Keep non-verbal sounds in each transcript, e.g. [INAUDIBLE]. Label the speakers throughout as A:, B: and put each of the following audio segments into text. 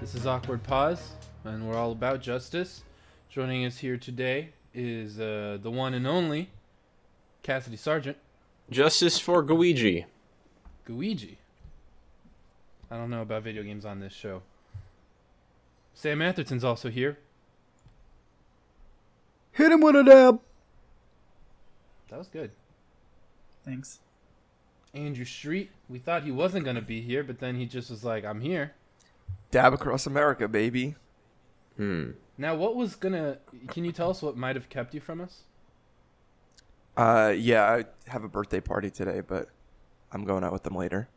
A: This is Awkward Pause, and we're all about justice. Joining us here today is uh, the one and only Cassidy Sargent,
B: Justice for Guiji.
A: Guiji. I don't know about video games on this show. Sam Atherton's also here.
C: Hit him with a dab.
A: That was good.
C: Thanks.
A: Andrew Street. We thought he wasn't going to be here, but then he just was like, I'm here.
C: Dab across America, baby.
B: Hmm.
A: Now, what was going to. Can you tell us what might have kept you from us?
C: Uh, yeah, I have a birthday party today, but I'm going out with them later.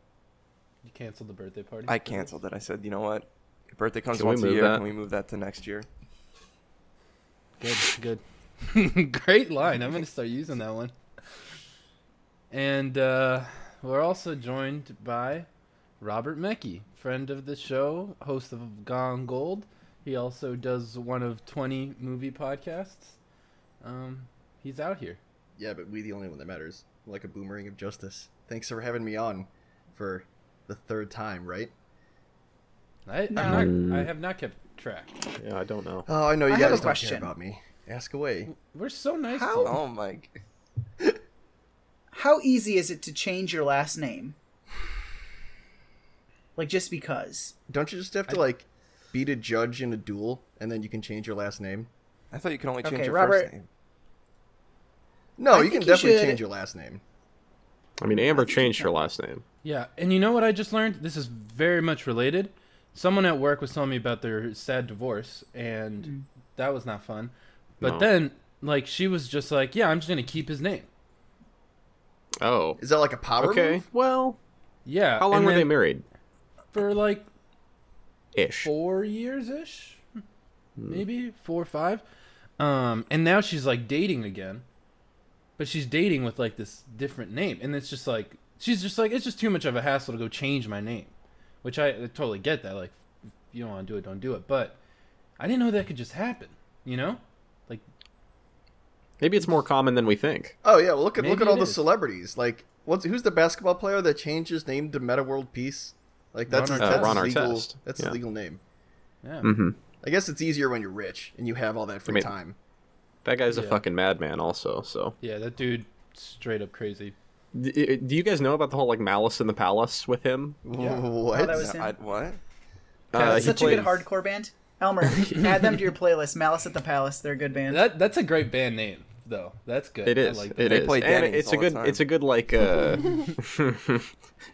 A: You canceled the birthday party?
C: I canceled it. I said, you know what? Your birthday comes
B: Can we
C: once a
B: move
C: year.
B: that?
C: Can we move that to next year?
A: Good, good. [LAUGHS] Great line. I'm going to start using that one. And uh, we're also joined by Robert Mecki, friend of the show, host of Gone Gold. He also does one of 20 movie podcasts. Um, he's out here.
D: Yeah, but we the only one that matters. Like a boomerang of justice. Thanks for having me on for the third time, right?
A: I, I'm
B: Um,
A: not, I have not kept track.
B: Yeah, I don't know.
D: Oh, I know you
E: I have
D: guys
E: a
D: don't
E: question.
D: care about me. Ask away.
A: We're so nice to you.
C: Oh my! g-
E: How easy is it to change your last name? Like just because.
D: Don't you just have to like beat a judge in a duel and then you can change your last name?
C: I thought you could only change
E: Okay,
C: your
E: Robert.
C: first name.
D: No,
E: I
D: you can
E: think you
D: definitely
E: should-
D: change your last name.
B: I mean, Amber changed her last name.
A: Yeah, and you know what I just learned? This is very much related. Someone at work was telling me about their sad divorce, and that was not fun. But
B: No.
A: then, like, she was just like, "Yeah, I'm just gonna keep his name."
B: Oh.
D: Is that like a power
B: Okay.
D: move?
B: Well,
A: Yeah.
B: how long
A: and
B: were
A: then
B: they married?
A: For like
B: Ish.
A: four years ish,
B: Hmm.
A: maybe four or five. Um, and now she's like dating again, but she's dating with like this different name, and it's just like she's just like it's just too much of a hassle to go change my name, which I, I totally get that. Like, if you don't want to do it, don't do it. But I didn't know that could just happen. You know, like
B: Maybe it's more common than we think.
D: Oh yeah, well, look at look
A: Maybe
D: at all
A: it
D: the
A: is.
D: celebrities. Like what's who's the basketball player that changed his name to Meta World Peace? Like that's
A: Ron
D: his,
A: Artest.
D: that's
B: Ron
D: his legal
B: Artest,
D: that's
B: yeah.
D: his legal name.
A: yeah,
B: Mm-hmm.
D: I guess it's easier when you're rich and you have all that free
B: mean-
D: time.
B: That guy's a
A: Yeah.
B: fucking madman, also. So,
A: yeah. That dude straight up crazy.
B: D- i- do you guys know about the whole like Malice in the Palace with him?
D: [LAUGHS] What?
E: Oh, that was
C: No,
E: him.
C: I, what?
B: Uh,
E: That's
B: he
E: such a good
B: plays-
E: hardcore band.
B: [LAUGHS]
E: Elmer, add them to your playlist. Malice at the Palace, they're a good band.
A: That that's a great band name though. That's good.
B: It
A: I
B: is.
A: like that.
B: it
C: They
B: is.
C: play
B: And
C: Denny's
B: it's a
C: all the
B: good.
C: time.
B: It's a good like.
C: [LAUGHS]
B: Uh, [LAUGHS]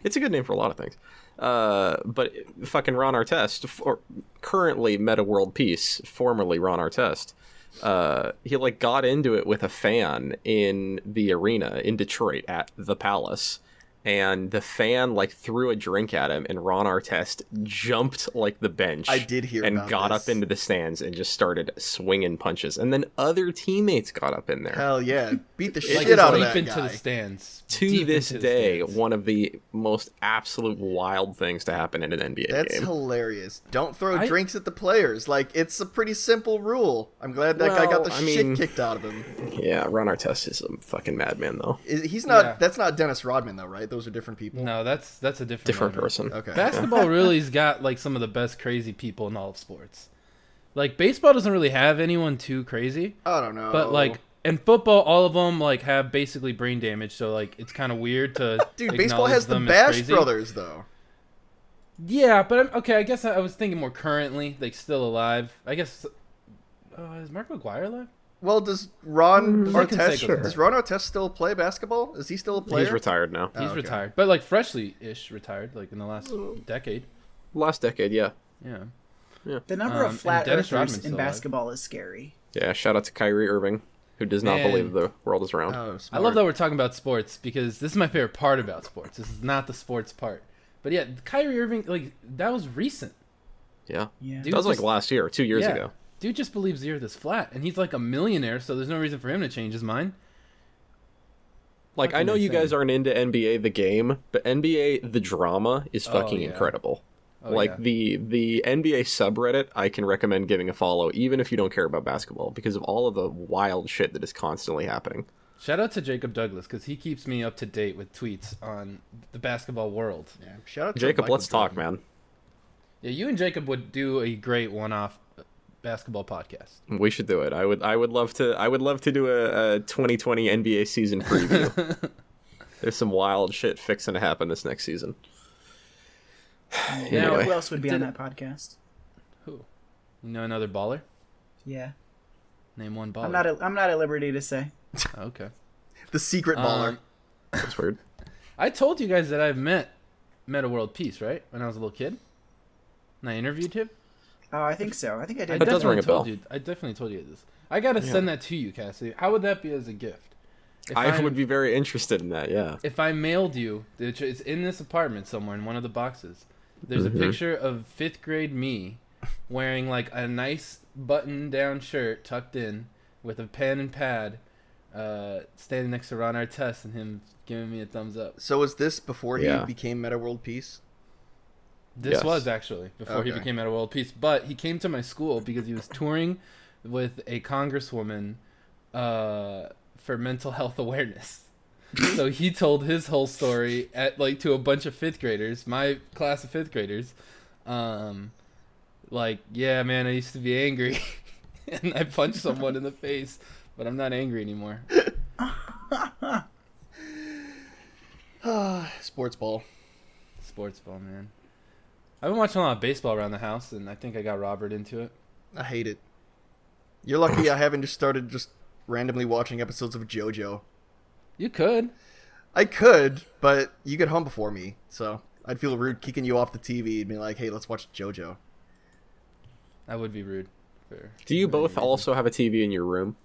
B: it's a good name for a lot of things. Uh, but fucking Ron Artest, for, currently Meta World Peace, formerly Ron Artest, uh, he like got into it with a fan in the arena in Detroit at the Palace, and the fan like threw a drink at him, and Ron Artest jumped like the bench.
D: I did hear
B: and
D: about
B: got
D: this.
B: up into the stands and just started swinging punches, and then other teammates got up in there.
D: Hell yeah. Beat the
A: [LAUGHS] Like,
D: shit out of
A: deep
D: that
A: into
D: guy.
A: the stands.
B: to
A: Deep
B: this
A: into the
B: day,
A: stands.
B: one of the most absolute wild things to happen in an NBA
D: That's
B: game.
D: hilarious. Don't throw
A: I-
D: drinks at the players. Like it's a pretty simple rule. I'm glad that guy
B: Well,
D: got the
B: I
D: shit
B: mean-
D: kicked out of him.
B: yeah, Ron Artest is a fucking madman, though.
D: Is- He's not.
A: Yeah.
D: That's not Dennis Rodman though, right? Those are different people.
A: No, that's that's a different
B: Different
A: name.
B: person.
D: Okay.
A: Basketball really's got like some of the best crazy people in all of sports. Like baseball doesn't really have anyone too crazy,
D: I don't know.
A: but like and football, all of them like have basically brain damage, so like it's kind of weird to.
D: [LAUGHS] dude, baseball
A: acknowledge
D: has the
A: them as
D: Bash
A: crazy.
D: Brothers though.
A: Yeah, but I'm, okay, I guess I, I was thinking more currently, like still alive. I guess uh, is Mark McGuire alive?
D: Well, does Ron
A: Mm, I can
D: Artest
A: take a-
D: does Ron Artest still play basketball? Is he still a player? Uh,
B: He's retired now.
A: He's
D: Oh, okay.
A: retired, but like freshly ish retired, like in the last decade.
B: Last decade, yeah.
A: Yeah.
E: the number
A: um,
E: of flat
A: and Dennis
E: earthers
A: Rodman's
E: in
A: still alive.
E: basketball is scary.
B: Yeah, shout out to Kyrie Irving, who does not
A: Man.
B: believe the world is round.
D: Oh,
A: I
D: smart.
A: love that we're talking about sports because this is my favorite part about sports. This is not the sports part. But yeah, Kyrie Irving, like that was recent.
B: yeah.
E: Yeah.
A: Dude
B: That was like
A: just-
B: last year, two years
A: yeah.
B: ago.
A: Dude just believes the earth is flat, and he's like a millionaire, so there's no reason for him to change his mind.
B: Like, I
A: Fucking
B: know you
A: insane.
B: guys aren't into NBA the game, but NBA the drama is fucking
A: yeah.
B: incredible.
A: Oh,
B: like
A: yeah.
B: the the NBA subreddit, I can recommend giving a follow, even if you don't care about basketball, because of all of the wild shit that is constantly happening.
A: Shout out to Jacob Douglas because he keeps me up to date with tweets on the basketball world.
D: Yeah, shout out to
B: Jacob,
D: Michael
B: let's talk,
D: Jordan.
B: man.
A: Yeah, you and Jacob would do a great one-off basketball podcast.
B: We should do it. I would. I would love to. I would love to do a, a 2020 NBA season preview.
A: [LAUGHS]
B: There's some wild shit fixing to happen this next season.
A: Now-
B: Anyway.
E: Who else would be on
A: Did-
E: that podcast?
A: Who? You know another baller?
E: Yeah,
A: Name one baller.
E: I'm not. At, I'm not at liberty to say.
A: okay.
D: The secret
B: Uh,
D: baller.
A: Um,
B: That's weird.
A: I told you guys that I've met Meta World Peace, right? When I was a little kid, and I interviewed him.
E: Oh, I think so. I think I
A: I
E: did.
B: That does
A: definitely
B: ring a
A: told
B: bell.
A: You, I definitely told you this. I gotta send that to you, Cassidy. How would that be as a gift? If
B: I
A: I'm-
B: would be very interested in that. Yeah.
A: if I mailed you, which it's in this apartment somewhere in one of the boxes. There's
B: Mhm.
A: a picture of fifth grade me wearing like a nice button down shirt tucked in with a pen and pad, uh, standing next to Ron Artest and him giving me a thumbs up.
D: so was this before
B: Yeah.
D: he became Meta World Peace? [SIGHS]
A: This
B: Yes.
A: was actually before he
D: Okay.
A: became out of world peace, but he came to my school because he was touring with a congresswoman uh, for mental health awareness. so he told his whole story at like to a bunch of fifth graders, my class of fifth graders. Um, like, yeah, man, I used to be angry, [LAUGHS] and I punched someone in the face, but I'm not angry anymore.
D: Sports ball.
A: Sports ball, man. I've been watching a lot of baseball around the house, and I think I got Robert into it.
D: I hate it. You're lucky I haven't just started just randomly watching episodes of JoJo.
A: You could.
D: I could, but you get home before me, so I'd feel rude kicking you off the TV and be like, "Hey, let's watch JoJo."
A: That would be rude. For
B: Do you
A: for
B: both
A: any reason.
B: also have a TV in your room?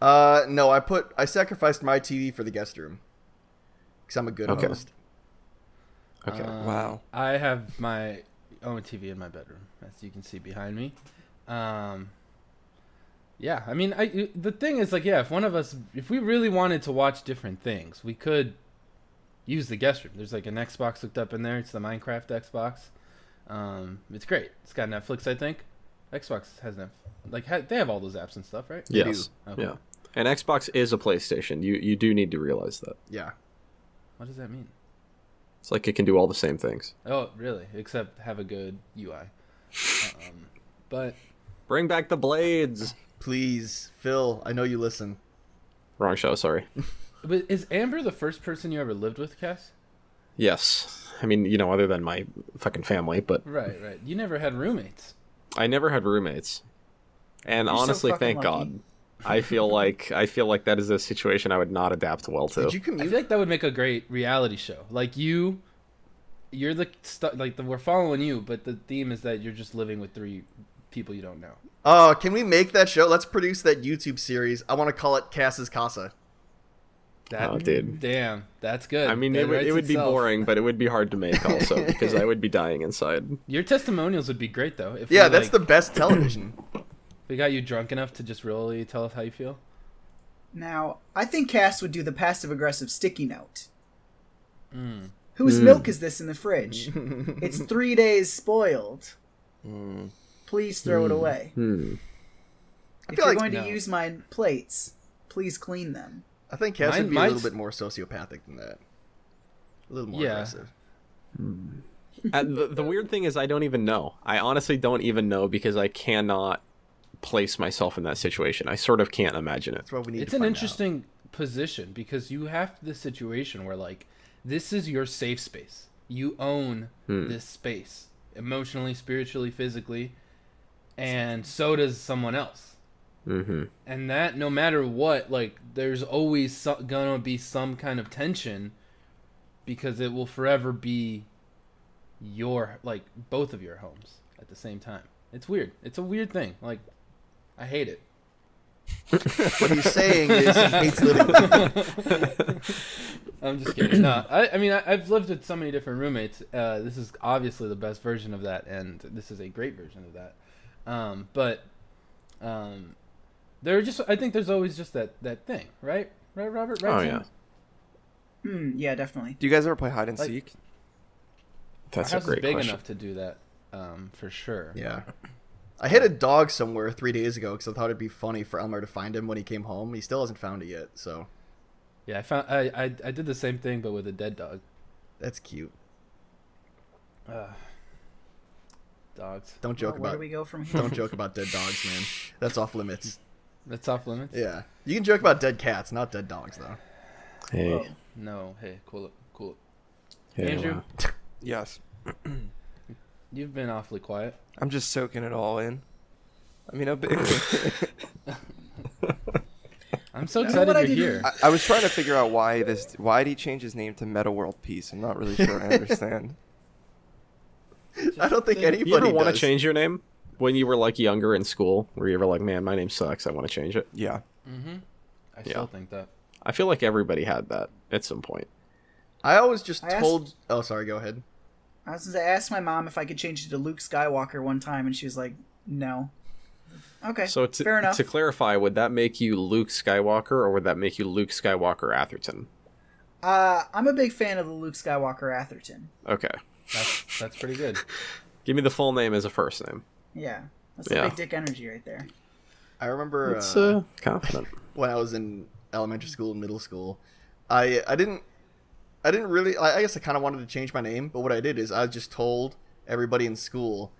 D: Uh, no, I put I sacrificed my TV for the guest room because I'm a good
B: Okay.
D: host.
B: Okay.
A: Um,
C: Wow.
A: I have my own TV in my bedroom, as you can see behind me. Um, yeah, I mean, I the thing is like, yeah, if one of us, if we really wanted to watch different things, we could use the guest room. There's like an Xbox hooked up in there. It's the Minecraft Xbox. Um, it's great. It's got Netflix, I think. Xbox has Netflix. Like ha- they have all those apps and stuff, right?
D: They do.
B: yes.
A: Okay.
B: Yeah. And Xbox is a PlayStation. You you do need to realize that.
D: Yeah,
A: What does that mean?
B: It's like it can do all the same things.
A: Oh, really? Except have a good UI. Um, but
B: Bring back the blades.
D: please, Phil. I know you listen.
B: Wrong show. Sorry.
A: But is Amber the first person you ever lived with, Cass?
B: Yes. I mean, you know, other than my fucking family, but
A: Right, right. You never had roommates.
B: I never had roommates. And
E: You're so
B: honestly,
E: fucking
B: thank
E: lucky.
B: God. I feel like I feel like that is a situation I would not adapt well to.
D: Did you
A: I
D: commute?
A: feel like that would make a great reality show. Like you, you're the stu- like the, we're following you, but the theme is that you're just living with three people you don't know.
D: Oh, can we make that show? Let's produce that YouTube series. I want to call it Cass's Casa.
A: That
B: Oh, dude.
A: damn, that's good.
B: I mean,
A: That
B: it would,
A: writes
B: it would be
A: itself.
B: boring, but it would be hard to make also because I would be dying inside.
A: Your testimonials would be great though. If we,
D: Yeah, that's
A: like,
D: the
E: [CLEARS THROAT]
D: best television.
A: We got you drunk enough to just really tell us how you feel.
E: Now, I think Cass would do the passive aggressive sticky note.
A: Mm.
E: Whose
B: Mm.
E: milk is this in
B: [LAUGHS]
E: the fridge? it's three days spoiled.
C: Mm.
E: Please throw it away.
B: Hmm.
E: If you're
D: feel like-
E: going
A: No.
E: to use my plates, please clean them.
D: I think Cass
A: Mine-
D: would be a
A: mine's-
D: little bit more sociopathic than that. A little more
A: Yeah.
D: aggressive.
B: And Uh, the, the weird thing is, I don't even know. I honestly don't even know because I cannot place myself in that situation. I sort of can't imagine it.
D: That's what we need.
A: it's
D: to
A: an
D: find out.
A: interesting position because you have the situation where like this is your safe space you own
D: Hmm.
A: this space emotionally spiritually physically and so does someone else
B: Mm-hmm.
A: and that no matter what like there's always so- gonna be some kind of tension because it will forever be your like both of your homes at the same time it's weird it's a weird thing like i hate it
D: What he's saying
A: [LAUGHS]
D: is he hates living. with people.
A: I'm just kidding. no, I, I mean, I, I've lived with so many different roommates. Uh, this is obviously the best version of that, and this is a great version of that. Um, but um, there are just, I think there's always just that, that thing, right? Right, Robert? Right,
B: Oh,
A: Sam?
B: yeah.
E: Hmm, yeah, definitely.
C: Do you guys ever play hide and
A: Like-
C: seek?
A: Our
B: That's a
A: house is
B: great
A: big
B: question.
A: enough to do that um, for sure.
D: Yeah. I hit a dog somewhere three days ago because I thought it'd be funny for Elmer to find him when he came home. He still hasn't found it yet, so
A: Yeah, I found, I, I, I did the same thing, but with a dead dog.
D: that's cute.
A: Uh, Dogs.
D: Don't joke
E: Well, where
D: about
E: do we [LAUGHS] go from here?
D: [LAUGHS] don't joke about dead dogs, man. That's off limits.
A: That's off limits.
D: Yeah, you can joke about dead cats, not dead dogs, though.
B: Hey,
E: Whoa.
A: No. Hey, cool it. Cool it.
B: hey,
A: Andrew,
B: wow.
C: Yes.
A: you've been awfully quiet.
C: I'm just soaking it all in. I mean, I've been-
A: I'm so
E: know
A: excited
E: what I
A: you're
E: did-
A: here.
C: [LAUGHS] I, I was trying to figure out why this. Why did he change his name to Meta World Peace? I'm not really sure I understand.
D: I don't think anybody
B: You ever want to
D: does.
B: change your name when you were like younger in school? Were you ever like, man, my name sucks. I want to change it.
C: Yeah.
A: I still
B: Yeah.
A: think that.
B: I feel like everybody had that at some point.
D: I always just
E: I asked-
D: told. Oh, sorry. Go ahead.
E: I was gonna say, I asked my mom if I could change it to Luke Skywalker one time, and she was like, "No." Okay,
B: So to,
E: fair enough.
B: to clarify, would that make you Luke Skywalker or would that make you Luke Skywalker Atherton?
E: uh, I'm a big fan of the Luke Skywalker Atherton.
B: Okay.
A: That's that's pretty good.
B: Give me the full name as a first name.
E: Yeah, that's
B: Yeah.
E: the big dick energy right there.
D: I remember
B: It's
D: uh,
B: uh, confident.
D: when I was in elementary school and middle school, I I didn't I didn't really I, I guess I kind of wanted to change my name, but what I did is I just told everybody in school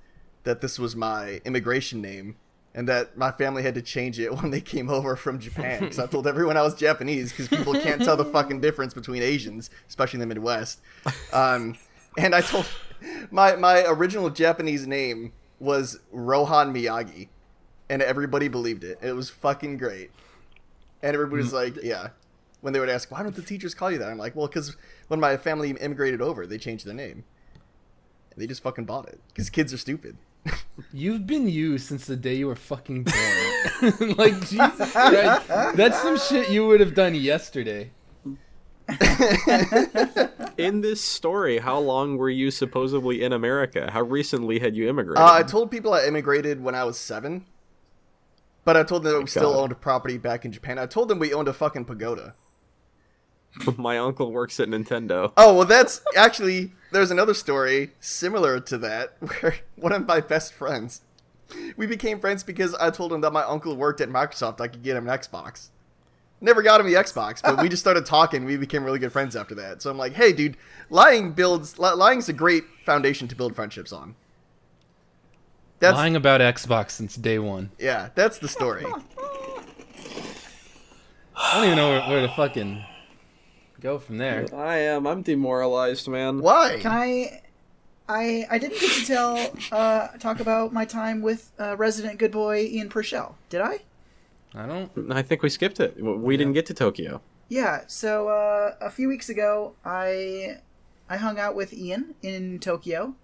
D: that this was my immigration name and that my family had to change it [LAUGHS] when they came over from Japan because I told everyone I was Japanese because people can't tell the fucking difference between Asians, especially in the Midwest. Um, and I told my my original Japanese name was Rohan Miyagi, and everybody believed it. It was fucking great. And everybody was like, yeah. When they would ask, why don't the teachers call you that? I'm like, well, because when my family immigrated over, they changed their name. And they just fucking bought it. Because kids are stupid.
A: You've been you since the day you were fucking born. [LAUGHS] like Jesus Christ, that's some shit you would have done yesterday.
B: In this story, how long were you supposedly in America? How recently had you immigrated?
D: Uh, I told people I immigrated when I was seven. But I told them I still
B: God.
D: owned a property back in Japan. I told them we owned a fucking pagoda.
B: [LAUGHS] My uncle works at Nintendo.
D: Oh, well, that's actually, there's another story similar to that [LAUGHS] where one of my best friends, we became friends because I told him that my uncle worked at Microsoft. I could get him an Xbox. Never got him the Xbox, but we just started talking. We became really good friends after that. So I'm like, hey, dude, lying builds, li- lying's a great foundation to build friendships on. That's,
A: Lying about Xbox since day one.
D: yeah, that's the story.
A: I don't even know where, where to fucking go from there.
B: I am. I'm demoralized, man.
D: Why?
E: Can I? I I didn't get to tell uh, talk about my time with uh, resident good boy Ian Purcell, did I?
A: I don't.
B: I think we skipped it. W- We didn't get to Tokyo.
E: Yeah, so uh, a few weeks ago, I I hung out with Ian in Tokyo,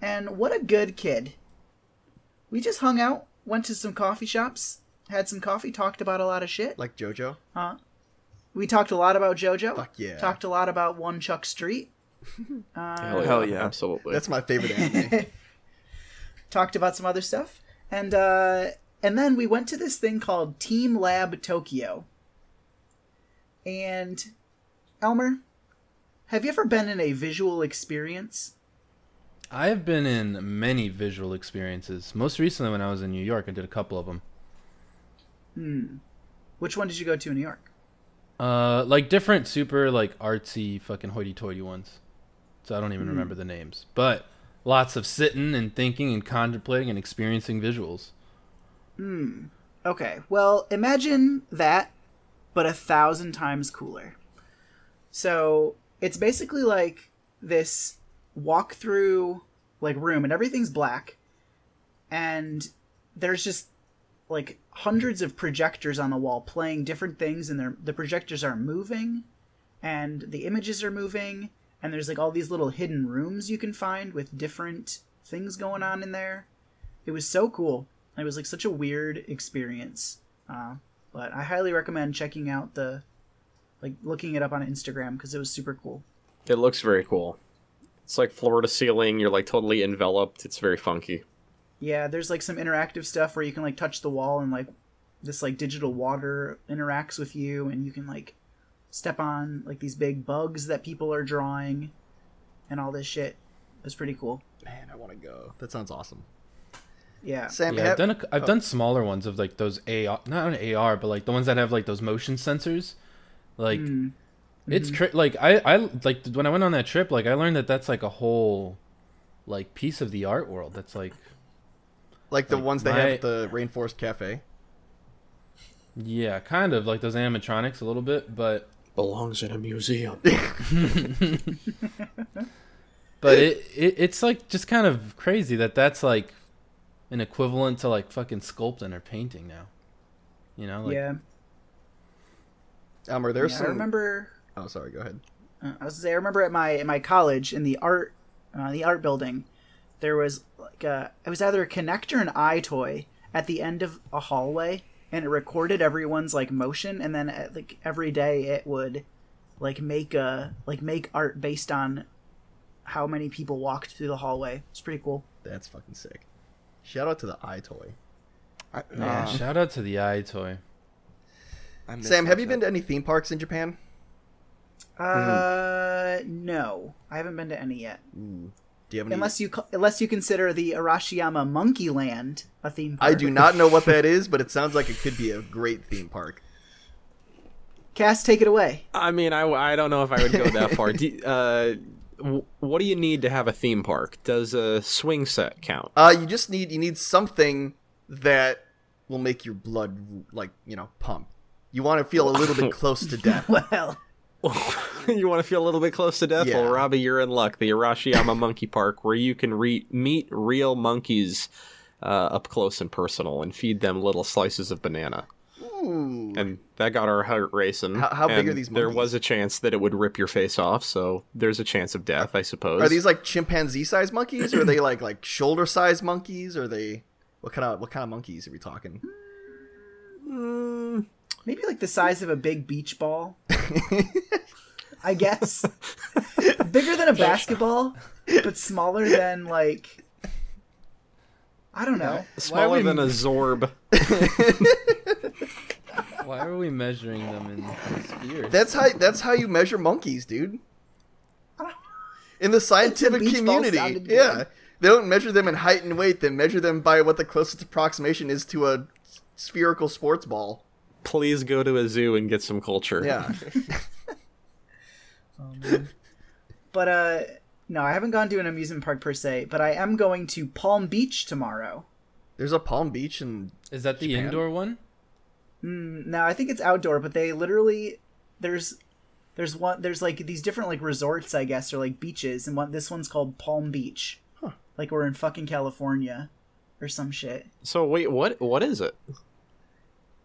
E: and what a good kid. We just hung out, went to some coffee shops, had some coffee, talked about a lot of shit.
D: like JoJo?
E: We talked a lot about JoJo.
D: Fuck yeah.
E: Talked a lot about One Chuck Street.
B: Uh, Hell yeah,
C: Hell yeah.
B: absolutely.
D: That's my
E: [LAUGHS]
D: favorite anime.
E: Talked about some other stuff, and uh, and then we went to this thing called Team Lab Tokyo. And Elmer, have you ever been in a visual experience?
A: I have been in many visual experiences. Most recently, when I was in New York, I did a couple of them.
E: Which one did you go to in New York?
A: Uh, like different super like artsy fucking hoity-toity ones. So I don't even remember the names, but lots of sitting and thinking and contemplating and experiencing visuals.
E: Okay, well, imagine that, but a thousand times cooler. So it's basically like this walkthrough like room, and everything's black, and there's just like hundreds of projectors on the wall playing different things, and they're, the projectors are moving, and the images are moving, and there's like all these little hidden rooms you can find with different things going on in there it was so cool it was like such a weird experience uh, but i highly recommend checking out the like looking it up on instagram because it was super cool
B: It looks very cool. It's like floor to ceiling. You're like totally enveloped. It's very funky.
E: yeah there's like some interactive stuff where you can like touch the wall and like this like digital water interacts with you and you can like step on like these big bugs that people are drawing and all this shit it was pretty cool
D: Man, I want to go. That sounds awesome.
E: yeah
D: Sam,
A: Yeah, I've done a, I've done smaller ones of like those AR, not an AR, but like the ones that have like those motion sensors. Like it's tri- like I I like when I went on that trip, like I learned that that's like a whole like piece of the art world that's like
D: Like the
A: Like,
D: ones they have
A: my-
D: at the Rainforest Cafe.
A: yeah, kind of like those animatronics a little bit, but
B: Belongs in a museum.
A: [LAUGHS] but it, it it's like just kind of crazy that that's like an equivalent to like fucking sculpting or painting now. You know, like
E: yeah.
D: Um, are there
E: Yeah,
D: some?
E: I remember.
D: Oh, sorry. Go ahead.
E: Uh, I was gonna say, I remember at my at my college in the art uh, the art building, there was like a it was either a Kinect or an eye toy at the end of a hallway, and it recorded everyone's like motion, and then uh, like every day it would like make a like make art based on how many people walked through the hallway. It's pretty cool.
D: That's fucking sick. Shout out to the eye toy.
C: I,
A: Yeah,
C: uh,
A: shout out to the eye toy.
C: I miss
D: Sam, have
C: that
D: you been to any theme parks in Japan?
E: Uh, no, I haven't been to any yet.
D: Mm-hmm. Do you have any?
E: Unless you ca- unless you consider the Arashiyama Monkey Land a theme park.
D: I do not know what that is, but it sounds like it could be a great theme park.
E: Cass, take it away. [LAUGHS]
B: I mean, I, I don't know if I would go that [LAUGHS] far. Do, uh, w- what do you need to have a theme park? Does a swing set count?
D: Uh, you just need you need something that will make your blood like you know pump. You want to feel a little bit close
E: [LAUGHS]
D: to death.
E: Well,
B: [LAUGHS] you want to feel a little bit close to death?
D: Yeah.
B: Well, Robbie, you're in luck. The
D: [LAUGHS]
B: Arashiyama Monkey Park, where you can re- meet real monkeys uh, up close and personal and feed them little slices of banana.
D: Ooh.
B: And that got our heart racing.
D: How- how big
B: And
D: are these
B: There
D: monkeys?
B: was a chance that it would rip your face off, so there's a chance of death, I suppose.
D: Are these like chimpanzee sized monkeys? Or are they like like shoulder sized monkeys? Or are they what kind of what kind of monkeys are we talking?
E: maybe like the size of a big beach ball. I guess bigger than a basketball, but smaller than like I don't know.
B: smaller
A: Why are we-
B: than a
D: [LAUGHS]
B: zorb?
A: Why are we measuring them in spheres?
D: That's how that's how you measure monkeys, dude. In the scientific
E: beach ball
D: community,
E: sounded
D: yeah,
E: good.
D: they don't measure them in height and weight. They measure them by what the closest approximation is to a spherical sports ball.
B: Please go to a zoo and get some culture.
E: [LAUGHS]
D: Yeah,
E: But uh no, I haven't gone to an amusement park per se, but I am going to Palm Beach tomorrow.
D: there's a Palm Beach and
A: Is that the
D: Japan?
A: indoor one?
E: Now I think it's outdoor, but they literally there's there's one there's like these different like resorts I guess or like beaches, and one this one's called Palm Beach. Like we're in fucking California or some shit.
B: So wait, what? What is it?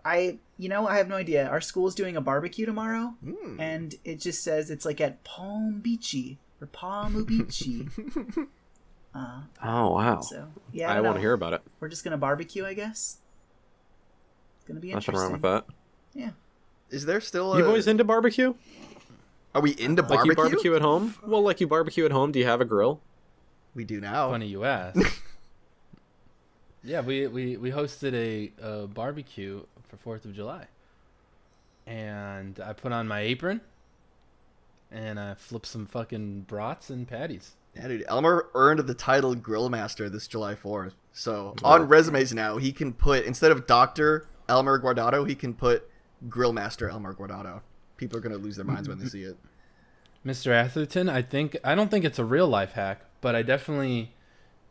E: I you know I have no idea. Our school's doing a barbecue tomorrow, and it just says it's like at Palm Beachy or Palm Beachy.
B: Oh wow!
E: so yeah,
B: I,
E: don't
B: want
E: know.
B: to hear about it.
E: We're just gonna barbecue, I guess. It's gonna be
B: Nothing
E: interesting.
B: wrong with that.
E: Yeah.
D: is there still? A,
B: You boys into barbecue?
D: are we into
B: Like
D: barbecue?
B: you barbecue at home? Well, like you barbecue at home. Do you have a grill?
D: We do now.
A: Funny you ask. yeah, we, we, we hosted a, uh barbecue for Fourth of July, and I put on my apron, and I flipped some fucking brats and patties.
D: Yeah, dude. Elmer earned the title Grill Master this July 4th. So on resumes now, he can put instead of Doctor Elmer Guardado, he can put Grill Master Elmer Guardado. People are gonna lose their minds when they see it.
A: Mr. Atherton, I think I don't think it's a real life hack, but I definitely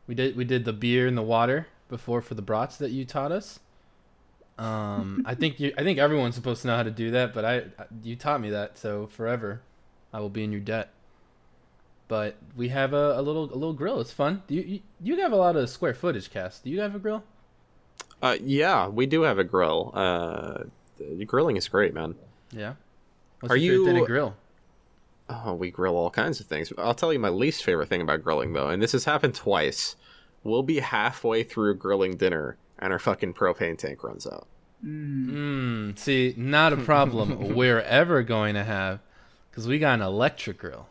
A: we did we did the beer and the water before for the brats that you taught us.
B: [LAUGHS]
A: Um, I think you I think everyone's supposed to know how to do that, but I you taught me that, so forever I will be in your debt. But we have a, a little a little grill. It's fun. You, you you have a lot of square footage, Cass. Do you have a grill?
B: Uh, yeah, we do have a grill. Uh, the- grilling is great, man.
A: Yeah. What's
B: Are
A: your favorite thing
B: you-
A: to grill?
B: Oh, we grill all kinds of things. I'll tell you my least favorite thing about grilling though, and this has happened twice. We'll be halfway through grilling dinner, and our fucking propane tank runs out.
A: Mm, see,
B: [LAUGHS]
A: not a problem we're ever going to have because we got an electric grill.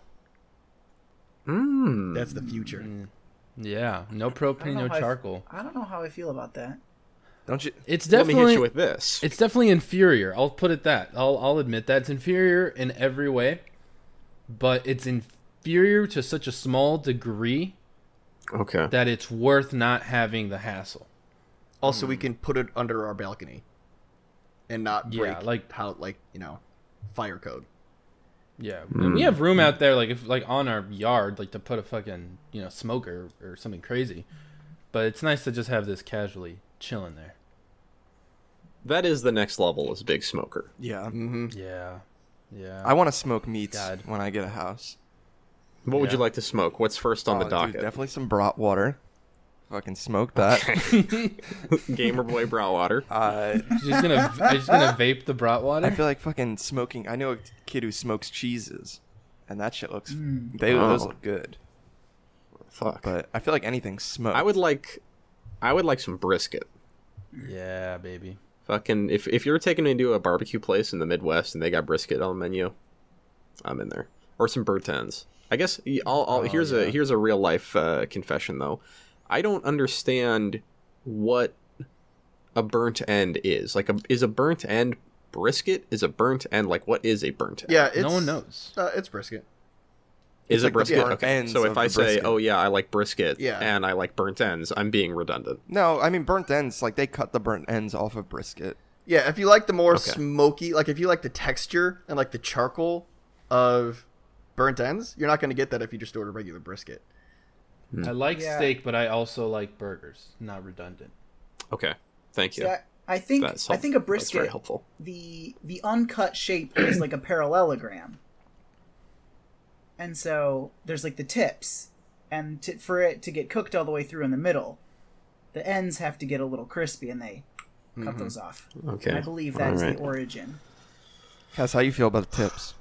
B: Mmm.
D: That's the future.
A: Mm-hmm. Yeah, no
E: I don't
A: propane,
E: know
A: no
E: how I f-
A: charcoal.
E: I don't know how I feel about that.
C: Don't you?
A: It's
B: Let me
A: definitely
B: hit you with this.
A: it's definitely inferior. I'll put it that. I'll I'll admit that it's inferior in every way, but it's inferior to such a small degree
B: Okay.
A: that it's worth not having the hassle.
D: Also, we can put it under our balcony and not break
A: Yeah, like-
D: how like you know fire code.
A: Yeah, and
B: Hmm.
A: we have room out there, like if like on our yard, like to put a fucking you know smoker or something crazy. But it's nice to just have this casually chilling there.
B: That is the next level is big smoker.
C: Yeah.
A: Yeah, yeah.
C: Mm-hmm. I want to smoke meats
A: God.
C: when I get a house.
B: What would you
A: Yeah.
B: like to smoke? What's first on
C: Oh,
B: the
C: dude,
B: docket?
C: definitely some brat water. Fucking
B: [LAUGHS]
C: smoke that.
B: Gamer Boy Browater.
C: uh,
A: You're just gonna, you're just
B: [LAUGHS]
A: gonna vape the brat water.
C: I feel like fucking smoking. I know a kid who smokes cheeses, and that shit looks. They
B: Oh.
C: those look good,
B: Fuck.
C: but I feel like anything smoked.
B: I would like, I would like some brisket.
A: yeah, baby.
B: Fucking if if you're taking me to a barbecue place in the Midwest and they got brisket on the menu, I'm in there. Or some bird tens. I guess y- I'll, I'll, here's a here's a real life uh, confession though. I don't understand what a burnt end is. Like a, is a burnt end brisket? Is a burnt end like what is a burnt end?
D: Yeah, it's,
A: no one knows.
D: Uh, it's brisket.
B: Is it
C: like the
B: brisket?
C: burnt
B: okay.
C: ends
B: So
C: of
B: if I
C: the
B: say,
C: brisket.
B: "Oh yeah, I like brisket,"
D: Yeah.
B: and I like burnt ends, I'm being redundant.
C: no, I mean burnt ends. Like they cut the burnt ends off of brisket.
D: Yeah, if you like the more
B: Okay.
D: smoky, like if you like the texture and like the charcoal of burnt ends, you're not going to get that if you just order regular brisket.
A: I like
E: Yeah.
A: steak, but I also like burgers. Not redundant.
B: Okay, thank you.
E: See, I, I think
B: That's
E: I
B: help-
E: think a
B: That's very
E: brisket
B: helpful.
E: the the uncut shape is like a parallelogram, and so there's like the tips, and to, for it to get cooked all the way through in the middle, the ends have to get a little crispy, and they cut those off.
B: Okay,
E: I believe that is
B: Alright.
E: the origin.
C: Cass, how you feel about the tips?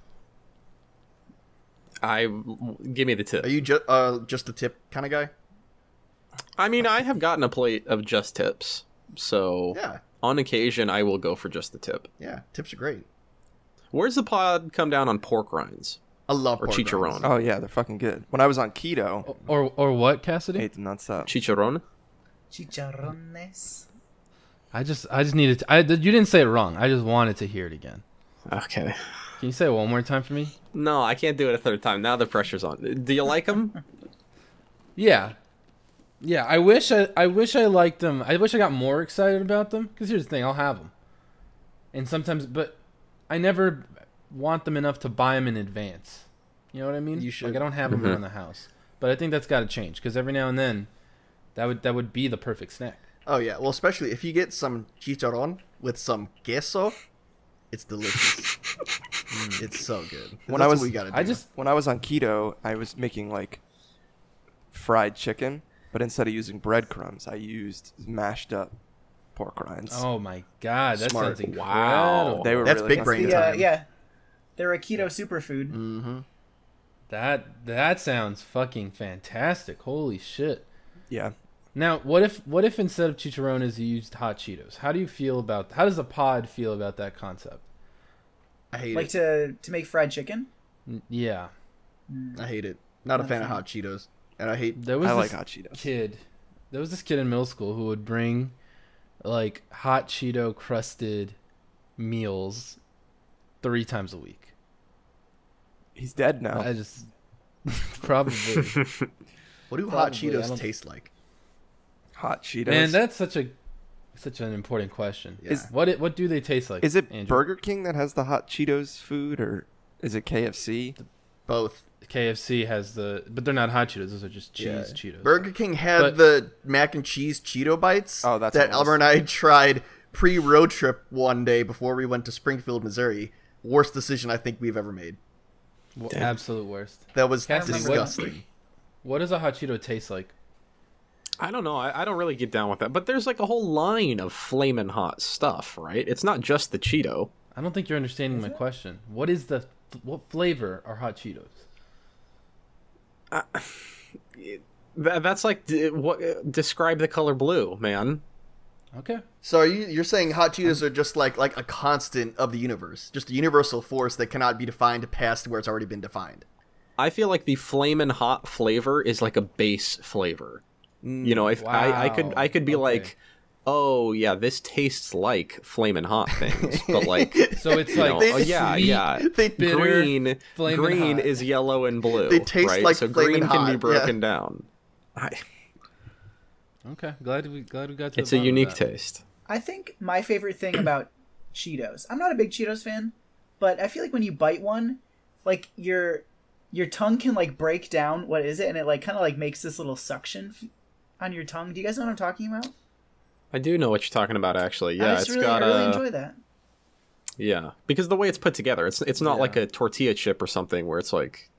B: I w- give me the tip.
D: Are you just uh, just the tip kind of guy?
B: I mean, I have gotten a plate of just tips, so
D: Yeah,
B: on occasion I will go for just the tip.
D: yeah. Tips are great.
B: Where's the pod come down on pork rinds?
D: I love
B: Or
D: pork
B: chicharron.
D: rinds.
C: Oh yeah, they're fucking good. When I was on keto,
A: Or or what,
C: I
A: Cassidy?
C: ate them nonstop.
B: Chicharron?
E: Chicharrones.
A: I just I just needed. To, I you didn't say it wrong. I just wanted to hear it again.
B: Okay.
A: Can you say it one more time for me?
B: No, I can't do it a third time. Now the pressure's on. Do you like them?
A: Yeah. Yeah, I wish I, I wish I liked them. I wish I got more excited about them. Because here's the thing, I'll have them, and sometimes, but I never want them enough to buy them in advance. You know what I mean?
D: You should.
A: Like I don't have them around the house, but I think that's got to change. Because every now and then, that would that would be the perfect snack.
D: Oh yeah, well especially if you get some chicharron with some queso,
A: [LAUGHS]
D: it's delicious. it's so good.
C: When
D: That's
C: I was-
D: what we gotta do.
A: I just
C: When I was on keto, I was making like fried chicken, but instead of using breadcrumbs, I used mashed up pork rinds.
A: oh my god, that
D: Smart.
A: sounds incredible.
B: Wow.
C: They were
D: That's
C: really
D: big
C: fucking
D: brain
C: good.
E: The, uh,
D: time.
E: yeah, they're a keto superfood.
A: That that sounds fucking fantastic. Holy shit.
C: Yeah.
A: Now, what if what if instead of chicharrones you used hot Cheetos? How do you feel about how does the pod feel about that concept?
D: I hate
E: Like
D: it.
E: to to make fried chicken.
A: Yeah,
D: I hate it. Not a fan of hot Cheetos. And I hate
A: there was
C: I like
A: this
C: hot Cheetos.
A: kid. There was this kid in middle school who would bring like hot Cheeto crusted meals three times a week.
C: He's dead now.
A: I just [LAUGHS] probably
D: what
A: Probably,
D: do hot
A: I
D: Cheetos
A: don't-
D: taste like?
C: Hot Cheetos.
A: man. That's such a such an important question.
D: Yeah. Is-
A: what it, what do they taste like?
C: Is it
A: Andrew?
C: Burger King that has the hot Cheetos food, or is it KFC?
D: Both.
A: KFC has the, but they're not hot Cheetos. Those are just cheese
D: Yeah.
A: Cheetos.
D: Burger King had
A: But-
D: the mac and cheese Cheeto bites
C: Oh, that's
D: that
C: what it was.
D: Elmer and I [LAUGHS] tried pre road trip one day before we went to Springfield, Missouri. Worst decision I think we've ever made.
A: W- absolute worst.
D: That was
A: Cassie, what-
D: disgusting.
A: What does a hot Cheeto taste like?
B: I don't know. I, I don't really get down with that. But there's like a whole line of flamin' hot stuff, right? It's not just the Cheeto.
A: I don't think you're understanding my question. What is the what flavor are hot Cheetos?
B: That, that's like d- what describe the color blue, man.
A: Okay.
D: So are you you're saying hot Cheetos are just like like a constant of the universe, just a universal force that cannot be defined past where it's already been defined.
B: I feel like the flamin' hot flavor is like a base flavor. you know, if I, I could
A: wow.
B: I could be
A: Okay.
B: like, oh yeah, this tastes like flamin' hot things, but like, you [LAUGHS]
A: So it's like
B: know,
D: They-
B: oh, yeah,
A: sweet-
B: yeah,
D: They
A: Bitter,
B: green
A: Flamin'
B: green
A: Hot.
B: is yellow and blue.
D: They taste
B: right?
D: like
B: so
D: Flamin'
B: green can
D: Hot,
B: be
D: yeah.
B: broken down. I,
A: Okay. Glad we glad we got to.
B: it's
A: the
B: a
A: bottom of
B: unique
A: that.
B: taste.
E: I think my favorite thing about Cheetos, I'm not a big Cheetos fan, but I feel like when you bite one, like your your tongue can like break down what is it and it like kind of like makes this little suction f- on your tongue do you guys know what i'm talking about
B: I do know what you're talking about, actually.
E: i
B: Yeah,
E: just
B: it's
E: really,
B: got
E: I really
B: a
E: enjoy that
B: yeah, because the way it's put together, it's it's not like a tortilla chip or something where it's like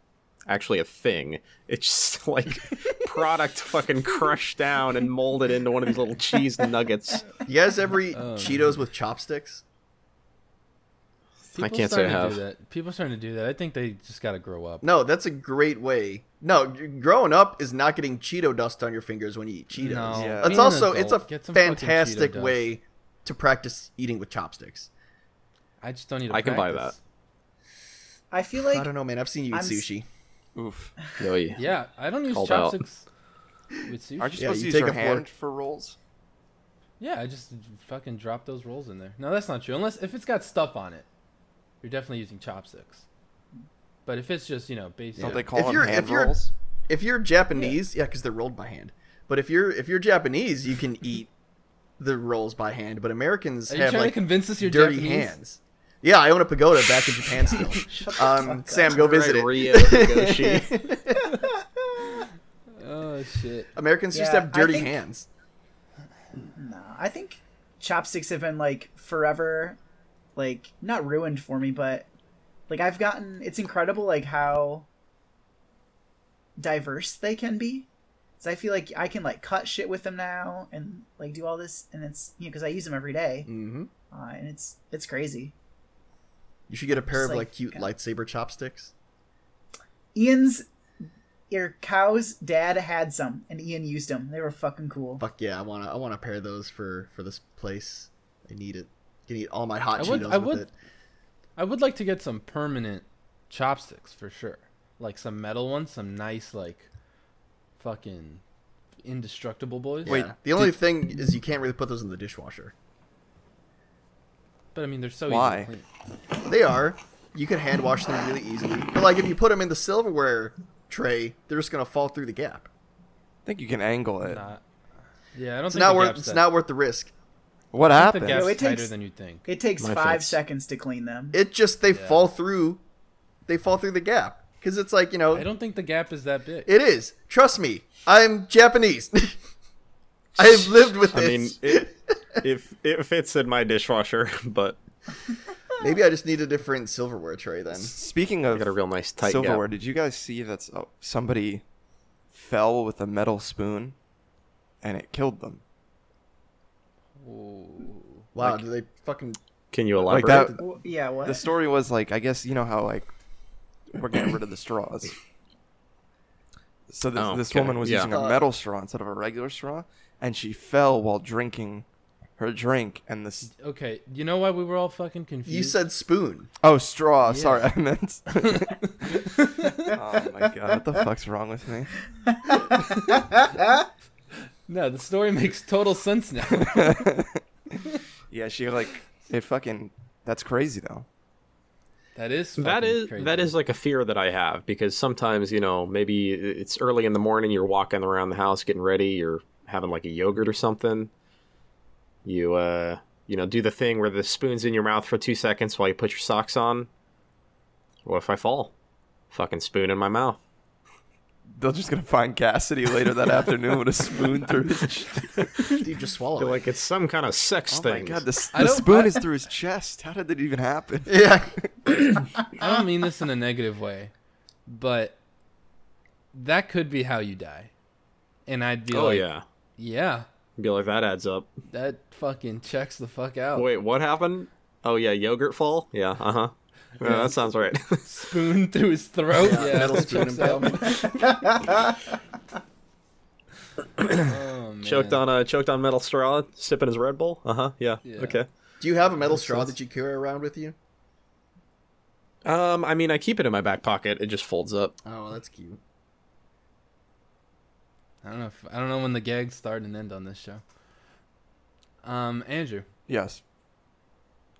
B: actually a thing. It's just [LAUGHS] like product fucking crushed down and molded into one of these little cheese [LAUGHS] nuggets.
D: You guys
A: [LAUGHS]
D: ever eat
A: Oh,
D: Cheetos with chopsticks?
A: People
B: can't say I
A: starting to do
B: have.
A: that. People starting to do that. I think they just got to grow up.
D: No, that's a great way. No, g- growing up is not getting Cheeto dust on your fingers when you eat Cheetos.
A: No.
C: Yeah.
D: That's
A: Being an
D: also
A: adult,
D: it's a
A: get some fucking
D: fantastic
A: Cheeto dust.
D: way to practice eating with chopsticks.
A: I just don't need. To
B: I can buy
A: practice.
E: i feel like
D: I don't know, man. I've seen you eat
E: I'm s-
D: sushi.
C: Oof.
B: No, you-
A: [LAUGHS] Yeah, I don't use
B: Called out.
A: chopsticks with sushi.
C: Aren't you
D: Yeah,
C: supposed
D: you
C: to use
D: take
C: your
D: a fork.
C: hand for rolls?
A: Yeah, I just fucking drop those rolls in there. No, that's not true. Unless if it's got stuff on it, you're definitely using chopsticks. But if it's just you know basic,
C: Don't they call
D: If
C: them
D: you're-
C: hand
D: if you're-
C: rolls?
D: If you're Japanese, yeah, because they're rolled by hand. But if you're if you're Japanese, you can eat the rolls by hand. But Americans
A: are you
D: have
A: trying
D: like
A: to convince us you're
D: dirty
A: Japanese?
D: hands. Yeah, I own a pagoda back in Japan
A: [LAUGHS]
D: still. um, Sam, go visit
B: Right,
D: it.
B: Rio Higoshi.
A: Oh shit!
D: Americans used
E: Yeah,
D: to have dirty
E: I think-
D: hands.
E: no, i think chopsticks have been like forever like not ruined for me but like i've gotten it's incredible like how diverse they can be so i feel like i can like cut shit with them now and like do all this and it's you know because i use them every day
D: Mm-hmm.
E: uh, and it's it's crazy
D: You should get a pair
E: Just
D: of
E: like-
D: like cute lightsaber chopsticks.
E: Ian's your cow's dad had some, and Ian used them. They were fucking cool.
D: Fuck yeah, I wanna I wanna pair those for for this place. I need it. Can eat all my hot
A: I
D: Cheetos
A: would- I
D: with
A: would-
D: it.
A: I would like to get some permanent chopsticks for sure, like some metal ones, some nice like fucking indestructible boys.
D: Wait, the only thing is you can't really put those in the dishwasher.
A: but I mean they're so
C: Why?
A: easy to clean.
D: They are. You can hand wash them really easily. But like if you put them in the silverware tray, they're just gonna fall through the gap.
C: I think you can angle it.
A: Not, yeah, I don't
D: It's
A: think
D: not
A: the
D: worth
A: gap's
D: it's
A: that-
D: not worth the risk.
C: What
A: I think
C: happened?
A: The gap's
E: No, it
A: tighter
E: takes-
A: than you think.
E: It takes
B: My
E: five
B: fits.
E: seconds to clean them.
D: It just they
A: Yeah.
D: fall through they fall through the gap. Cause it's like, you know
A: I don't think the gap is that big.
D: it is. Trust me, I'm Japanese. [LAUGHS] I have lived with
B: I
D: this.
B: mean, it, if it fits in my dishwasher, [LAUGHS] but
D: Maybe I just need a different silverware tray then.
C: Speaking
B: I
C: of
B: got a real nice tight gap.
C: silverware, did you guys see that s- oh, somebody fell with a metal spoon and it killed them?
A: Ooh.
D: Wow, do they fucking
B: Can you
C: Like
B: elaborate?
C: that.
E: Wh- yeah, what?
C: The story was like, I guess you know how like we're getting rid of the straws. So this,
B: Oh,
C: this
B: okay,
C: woman was
B: yeah.
C: using a metal straw instead of a regular straw, and she fell while drinking her drink. And this
A: Okay, you know why we were all fucking confused?
D: You said spoon.
C: oh straw,
A: Yeah.
C: sorry, I
B: [LAUGHS]
C: meant. oh my god, what the fuck's wrong with me?
A: no. The story [LAUGHS] makes total sense now.
C: Yeah, she like it fucking. That's crazy though.
A: that is
B: that
A: fucking
B: is
A: crazy.
B: that is like a fear that I have because sometimes you know maybe it's early in the morning you're walking around the house getting ready you're having like a yogurt or something you uh you know do the thing where the spoon's in your mouth for two seconds while you put your socks on what if I fall fucking spoon in my mouth
C: They're just gonna find Cassidy later that afternoon with a spoon through his. Ch-
D: You just swallow
B: I feel
D: it.
B: like it's some kind of sex
C: oh my
B: thing
C: god, the, s-
A: I
C: the
A: don't-
C: spoon
A: I-
C: is through his chest. How did that even happen?
D: Yeah.
A: I don't mean this in a negative way, but that could be how you die. And I'd be
B: oh
A: like,
B: yeah
A: yeah,
B: be like that adds up
A: that fucking checks the fuck out.
B: wait what happened oh yeah yogurt fall yeah uh huh yeah, that sounds right [LAUGHS]
A: Spoon through his throat. Yeah,
D: metal
A: that
D: spoon
A: checks out.
D: impalement.
A: [LAUGHS] Oh, man.
B: Choked on a choked on metal straw, sipping his Red Bull. Uh huh. Yeah.
A: Yeah.
B: Okay.
D: Do you have a metal straw that you carry around with you?
B: Um, I mean, I keep it in my back pocket. It just folds up.
D: Oh, well, that's cute.
A: I don't know. If, I don't know when the gags start and end on this show. Um, Andrew,
C: Yes.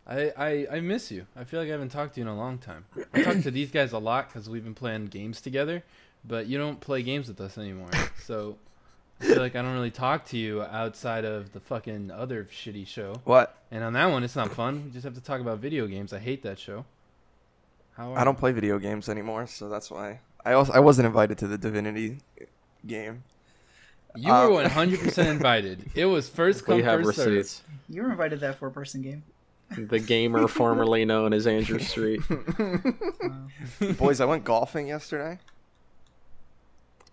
A: I, I I miss you. I feel like I haven't talked to you in a long time. I talk to these guys a lot because we've been playing games together, but you don't play games with us anymore. So I feel like I don't really talk to you outside of the fucking other shitty show.
C: What?
A: And on that one, it's not fun. We just have to talk about video games. I hate that show. How
C: I don't play video games anymore, so that's why I also I wasn't invited to the Divinity game.
A: You were
C: um,
A: one hundred
C: [LAUGHS]
A: percent invited. It was first come
B: We have
A: first served.
B: receipts.
E: You were invited to that four person game.
B: The gamer formerly known as Andrew Street.
C: Boys, I went golfing yesterday.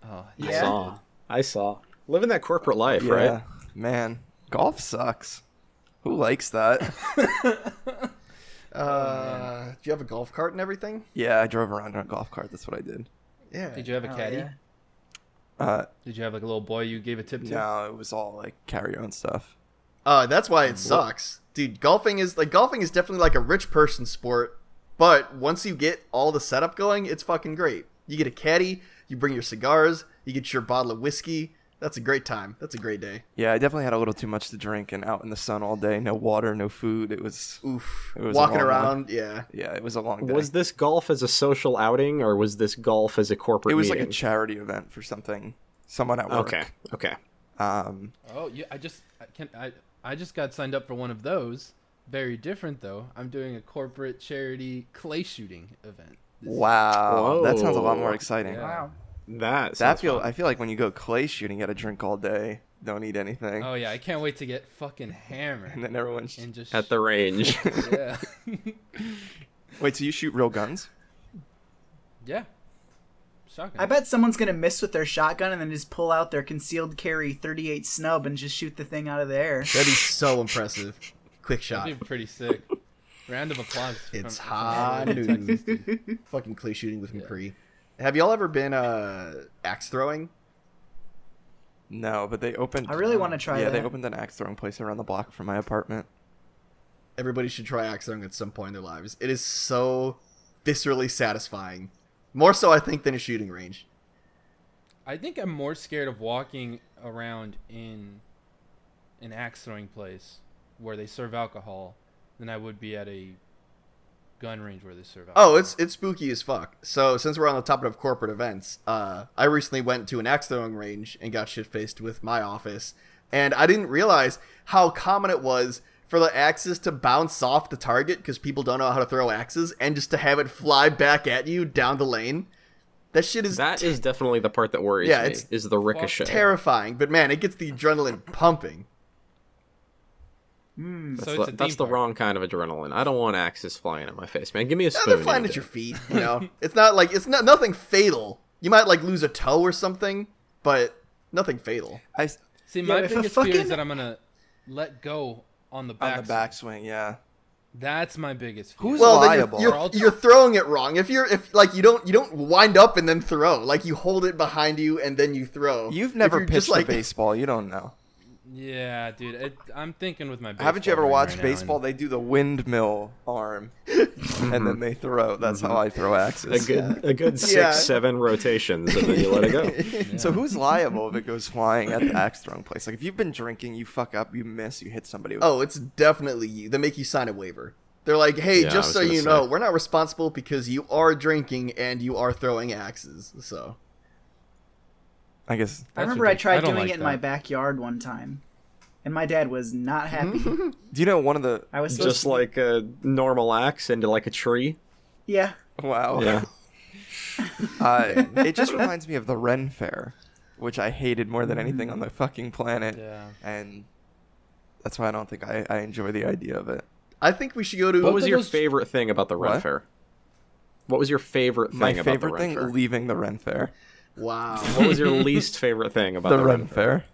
A: Oh,
B: I
E: Yeah.
B: saw. I saw. Living that corporate life, right?
C: man, golf sucks. Who likes that?
D: Uh, do you have a golf cart and everything?
C: yeah, I drove around in a golf cart. That's what I did.
D: Yeah.
A: Did you have a
E: Oh,
A: caddy?
E: yeah.
C: Uh,
A: Did you have like a little boy you gave a tip to?
C: no, it was all like carry on stuff.
D: Uh, that's why it sucks, dude. Golfing is like golfing is definitely like a rich person sport, but once you get all the setup going, it's fucking great. You get a caddy, you bring your cigars, you get your bottle of whiskey. That's a great time. That's a great day.
C: Yeah, I definitely had a little too much to drink and out in the sun all day. No water, no food. It was
D: Oof.
C: It was a
D: Walking
C: long one.
D: around, yeah.
C: yeah, it was a long day.
B: Was this golf as a social outing or was this golf as a corporate
C: it was like
B: meeting?
C: a charity event for something. Someone at work.
B: Okay. Okay.
C: Um,
A: Oh, yeah. I just I can I I just got signed up for one of those. Very different though. I'm doing a corporate charity clay shooting event.
C: wow, that sounds a lot
B: Whoa.
C: more exciting.
A: Yeah.
E: Wow.
B: That
C: That
B: sounds
C: feel
B: fun.
C: I feel like when you go clay shooting, you got to drink all day, don't eat anything,
A: Oh yeah, I can't wait to get fucking
C: [LAUGHS] and
A: hammered
C: then everyone's
A: and just
B: at the
D: [LAUGHS]
B: range.
A: yeah [LAUGHS]
C: wait. So you shoot real guns?
A: yeah. Shotgun.
E: I bet someone's gonna miss with their shotgun and then just pull out their concealed carry 38 snub and just shoot the thing out of the air.
D: That'd
C: [LAUGHS]
D: be so impressive. Quick shot.
A: That'd be pretty sick. Round of applause.
D: It's
A: from-
D: high [LAUGHS] noon. Fucking clay shooting with McCree. Have y'all ever been uh axe throwing?
C: No, but they opened.
E: I really want to try
C: yeah,
E: that.
C: they opened an axe throwing place around the block from my apartment.
D: Everybody should try axe throwing at some point in their lives. It is so viscerally satisfying. More so I think than a shooting range.
A: I think I'm more scared of walking around in an axe throwing place where they serve alcohol than I would be at a gun range where they serve alcohol.
D: Oh, it's it's spooky as fuck. So since we're on the topic of corporate events, uh, I recently went to an axe throwing range and got shit faced with my office, and I didn't realize how common it was for the axes to bounce off the target because people don't know how to throw axes, and just to have it fly back at you down the lane. That shit is
B: that is definitely the part that worries
D: Yeah,
B: me.
D: it's
B: is the ricochet.
D: terrifying, but man, it gets the adrenaline pumping.
B: That's,
A: So
B: the,
A: it's a
B: that's
A: theme
B: the
A: park.
B: wrong kind of adrenaline. I don't want axes flying at my face, man. Give me a
D: Yeah,
B: spoon.
D: they're flying
B: any
D: at
B: day.
D: your feet,
B: [LAUGHS]
D: you know. it's not like it's not nothing fatal. You might like lose a toe or something, but nothing fatal.
C: I s-
A: See, my
E: Yeah, if a
A: biggest fear
E: fucking-
A: is that I'm gonna let go on the back.
C: on the backswing. Yeah,
A: That's my biggest fear.
C: Who's-
D: well, then
C: liable.
D: you're,
A: We're all
D: you're, you're throwing it wrong. If you're if like you don't you don't wind up and then throw. Like you hold it behind you and then you throw.
C: you've
D: If
C: never
D: you're
C: pitched
D: just like,
C: a baseball. You don't know.
A: yeah, dude. It, I'm thinking with my. Baseball
C: Haven't you ever
A: brain
C: watched
A: right now, and-
C: baseball? They do the windmill arm, and then they throw. That's how I throw
B: A
C: axes.
B: good, a [LAUGHS] good six,
D: Yeah.
B: seven rotations, and then you let it [LAUGHS] go.
C: So who's liable if it goes flying at the axe throwing place? Like if you've been drinking, you fuck up, you miss, you hit somebody. With
D: Oh, it's definitely you. They make you sign a waiver. They're like, hey,
B: Yeah, I
D: just
B: was
D: so
B: gonna
D: you know,
B: say.
D: we're not responsible because you are drinking and you are throwing axes. So
C: I guess
E: I
A: That's
E: remember I
A: ridiculous.
E: tried
A: don't
E: doing
A: like
E: it in my
A: that.
E: backyard one time, and my dad was not
A: Mm-hmm.
E: happy.
C: Do you know one of the?
E: I was supposed
B: Just
E: to,
B: like a normal axe into like a tree.
E: yeah.
C: Wow.
B: Yeah.
C: [LAUGHS] Uh, it just reminds me of the Ren Fair, which I hated more than anything on the fucking planet.
A: Yeah.
C: And that's why I don't think I, I enjoy the idea of it.
D: I think we should go to
B: What was
A: of
B: your
A: those-
B: favorite thing about the Ren
C: What?
B: Fair? What was your favorite thing
C: My
B: about the
C: favorite
B: Ren
C: thing,
B: Fair?
C: leaving the Ren Fair.
D: wow.
B: What was your least favorite thing about
C: The,
B: the,
C: Ren,
B: Ren Fair?
C: Fair.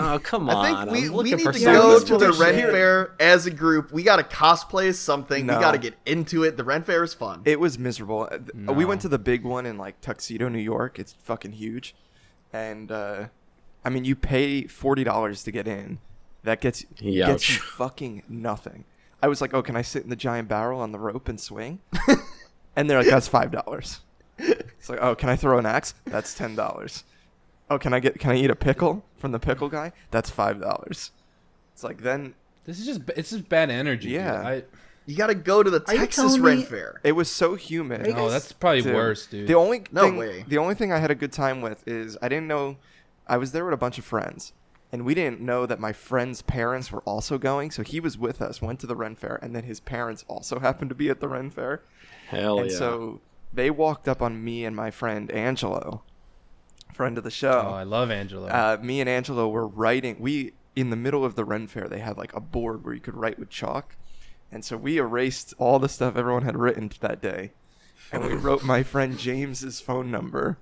B: Oh, come on.
D: I think we,
B: I'm
D: we
B: looking
D: need
B: for
D: to
E: some
D: go to
E: useful
D: the Ren
E: shit.
D: Fair as a group. We got to cosplay as something.
C: No.
D: We got to get into it. The Ren Fair is fun.
C: It was miserable. Uh, th- We went to the big one in like Tuxedo, New York. It's fucking huge, and uh, I mean, you pay forty dollars to get in. That gets gets
B: Ouch.
C: you fucking nothing. I was like, oh, can I sit in the giant barrel on the rope and swing? and they're like, that's five dollars. It's like, oh, can I throw an axe? That's ten dollars. Oh, can I get can I eat a pickle from the pickle guy? That's five dollars. It's like then
A: This is just ba- it's just bad energy.
C: Yeah.
A: Yeah. Dude. oh,
D: You got to go to the
E: Are you
D: Texas
E: telling
D: Ren
E: me-
D: Fair.
C: it was so humid.
A: I, oh, that's probably
C: Dude,
A: worse, dude.
C: The only
D: No
C: thing,
D: way.
C: The only thing I had a good time with is I didn't know I was there with a bunch of friends, and we didn't know that my friend's parents were also going. So he was with us, went to the Ren Fair, and then his parents also [LAUGHS] happened to be at the Ren Fair.
B: [LAUGHS]
D: Oh,
B: Hell
C: and
B: yeah.
C: so they walked up on me and my friend Angelo, friend of the show.
A: Oh, I love Angelo.
C: uh, me and Angelo were writing. We in the middle of the Ren Fair, they had like a board where you could write with chalk, and so we erased all the stuff everyone had written that day, and we wrote my friend James's phone number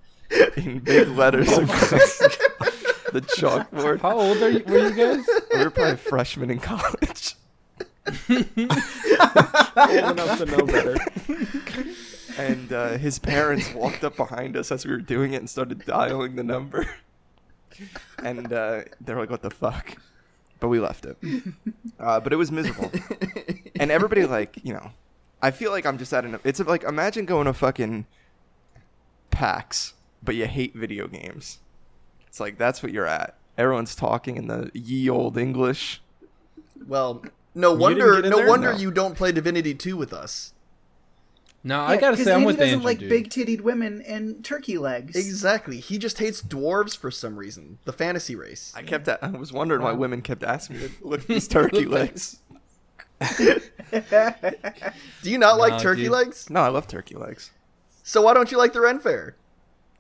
C: in big letters across the chalkboard.
A: How old are you, were you guys?
E: [LAUGHS]
C: We were probably freshmen in college.
B: Old enough to know better.
C: And uh, his parents walked up behind us as we were doing it and started dialing the number. And uh, they were like, what the fuck? But we left it. Uh, but it was miserable. and everybody, like, you know, I feel like I'm just at an. It's like, imagine going to fucking PAX, but you hate video games. It's like, that's what you're at. Everyone's talking in the ye old English.
D: Well, no
B: didn't
D: wonder,
B: get in
D: no
B: there?
D: wonder
C: No.
D: you don't play Divinity Two with us.
A: No,
E: Yeah,
A: I gotta
E: 'cause
A: say I'm
E: Andy
A: with
E: doesn't
A: Angelo.
E: like
A: dude.
E: big titted women and turkey legs.
D: Exactly. He just hates dwarves for some reason. The fantasy race.
C: I kept. A- I was wondering why women kept asking me to look at these turkey legs.
D: Do you not
A: No,
D: like turkey
A: dude.
D: legs?
C: No, I love turkey legs.
D: So why don't you like the Ren Fair?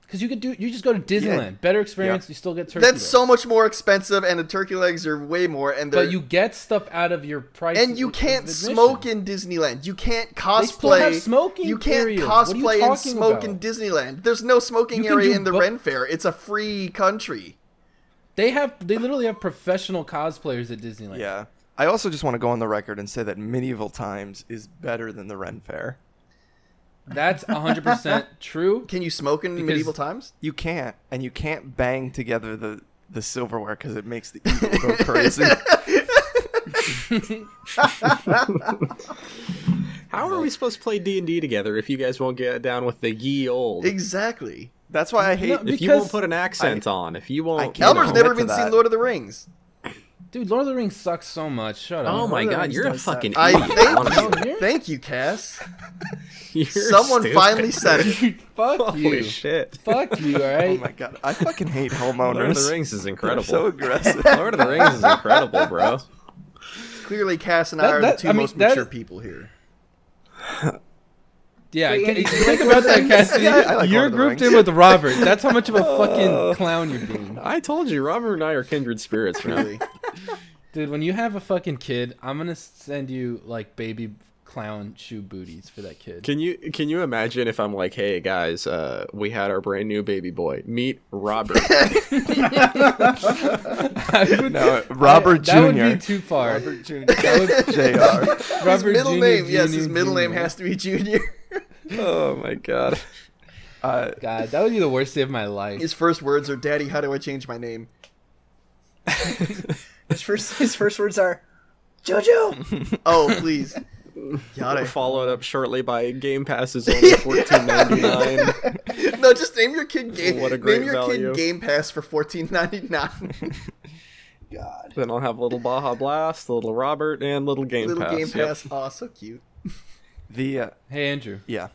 A: Because you could do, you just go to Disneyland. Better experience. You still get turkey.
D: That's
A: legs.
D: so much more expensive, and the turkey legs are way more. And they're
A: But you get stuff out of your price.
D: and you
A: of
D: can't
A: admission.
D: smoke in Disneyland. You can't cosplay.
A: still have smoking
D: You can't
A: areas. What are you
D: cosplay and
A: talking
D: smoke
A: about?
D: in Disneyland. There's no smoking
A: You can
D: area
A: do
D: in the
A: bo-
D: Ren Fair. It's a free country.
A: They have, they literally have professional cosplayers at Disneyland.
C: Yeah. I also just want to go on the record and say that Medieval Times is better than the Ren Fair.
A: that's 100 percent true.
D: Can you smoke in medieval times?
C: You can't, and you can't bang together the, the silverware because it makes the evil go
B: [LAUGHS]
C: crazy.
B: [LAUGHS] How are we supposed to play D and D together if you guys won't get down with the ye old?
D: Exactly.
C: That's why I hate.
A: No,
B: If you won't
A: Because
B: put an accent on, if you won't,
C: I can't-
D: Elmer's
C: know,
D: never
C: admit to
D: even seen
C: that.
D: Lord of
B: [LAUGHS]
D: the Rings.
A: Dude, Lord of the Rings sucks so much. Shut up.
B: oh my
E: Lord of the
B: god,
E: Rings
B: you're a
E: does that.
B: fucking
D: I
B: idiot.
D: thank [LAUGHS]
B: honestly.
D: you. Thank you, Cass.
B: [LAUGHS] You're
D: Someone
B: stupid.
D: finally said
B: [LAUGHS]
D: it.
A: [LAUGHS] [LAUGHS] Fuck
B: Holy
A: you.
B: shit!
A: Fuck you. All
C: Oh
A: right.
C: my god, I fucking hate
B: [LAUGHS] Lord of the
C: homeowners.
B: Rings is
C: They're
B: incredible.
C: so
B: [LAUGHS]
C: aggressive.
B: Lord of the Rings is incredible, bro.
D: Clearly, Cass and I
A: That-
D: are
A: that-
D: the two
A: I mean,
D: most
A: that-
D: mature people here.
A: Yeah,
E: Wait,
A: ca-
E: Andy, do you
A: think
E: like
A: about
E: Lord of the
A: that, Cassidy.
C: Yeah, I like
A: you're
C: Lord of the
A: grouped
C: Rings.
A: in with Robert. That's how much of a fucking clown you're being.
B: [LAUGHS] I told you, Robert and I are kindred spirits, man.
D: Really.
A: Dude, when you have a fucking kid, I'm gonna send you like baby clown shoe booties for that [LAUGHS] kid.
B: Can you can you imagine if I'm like, hey guys, uh, we had our brand new baby boy. Meet Robert.
A: I would-
C: No, Uh, Robert
A: that would
C: Jr.
B: [LAUGHS]
A: be too far. [LAUGHS]
C: Robert Jr.
A: That would-
C: Jr.
D: His
A: Robert
D: middle
A: Jr.,
D: name, yes, his
A: Jr.,
D: middle name
A: Jr..
D: has to be Junior. [LAUGHS]
B: oh my god.
C: [LAUGHS] Uh,
A: God, that would be the worst day of my life.
D: His first words are, "Daddy, how do I change my name?"
E: [LAUGHS] His first, his first words are,
A: [LAUGHS]
E: Jojo.
D: Oh,
B: [LAUGHS]
D: please. Got it.
B: Followed up shortly by Game Passes only fourteen ninety nine.
D: [LAUGHS] No, just name your kid game.
B: What a great
D: name your
B: value.
D: kid Game Pass for fourteen ninety nine.
E: God.
B: Then I'll have little Baja Blast, little Robert, and little Game
D: [LAUGHS] Little
B: Pass.
D: Game
B: Yep.
D: Pass. Aw, so cute.
C: the uh,
A: Hey, Andrew,
C: yeah.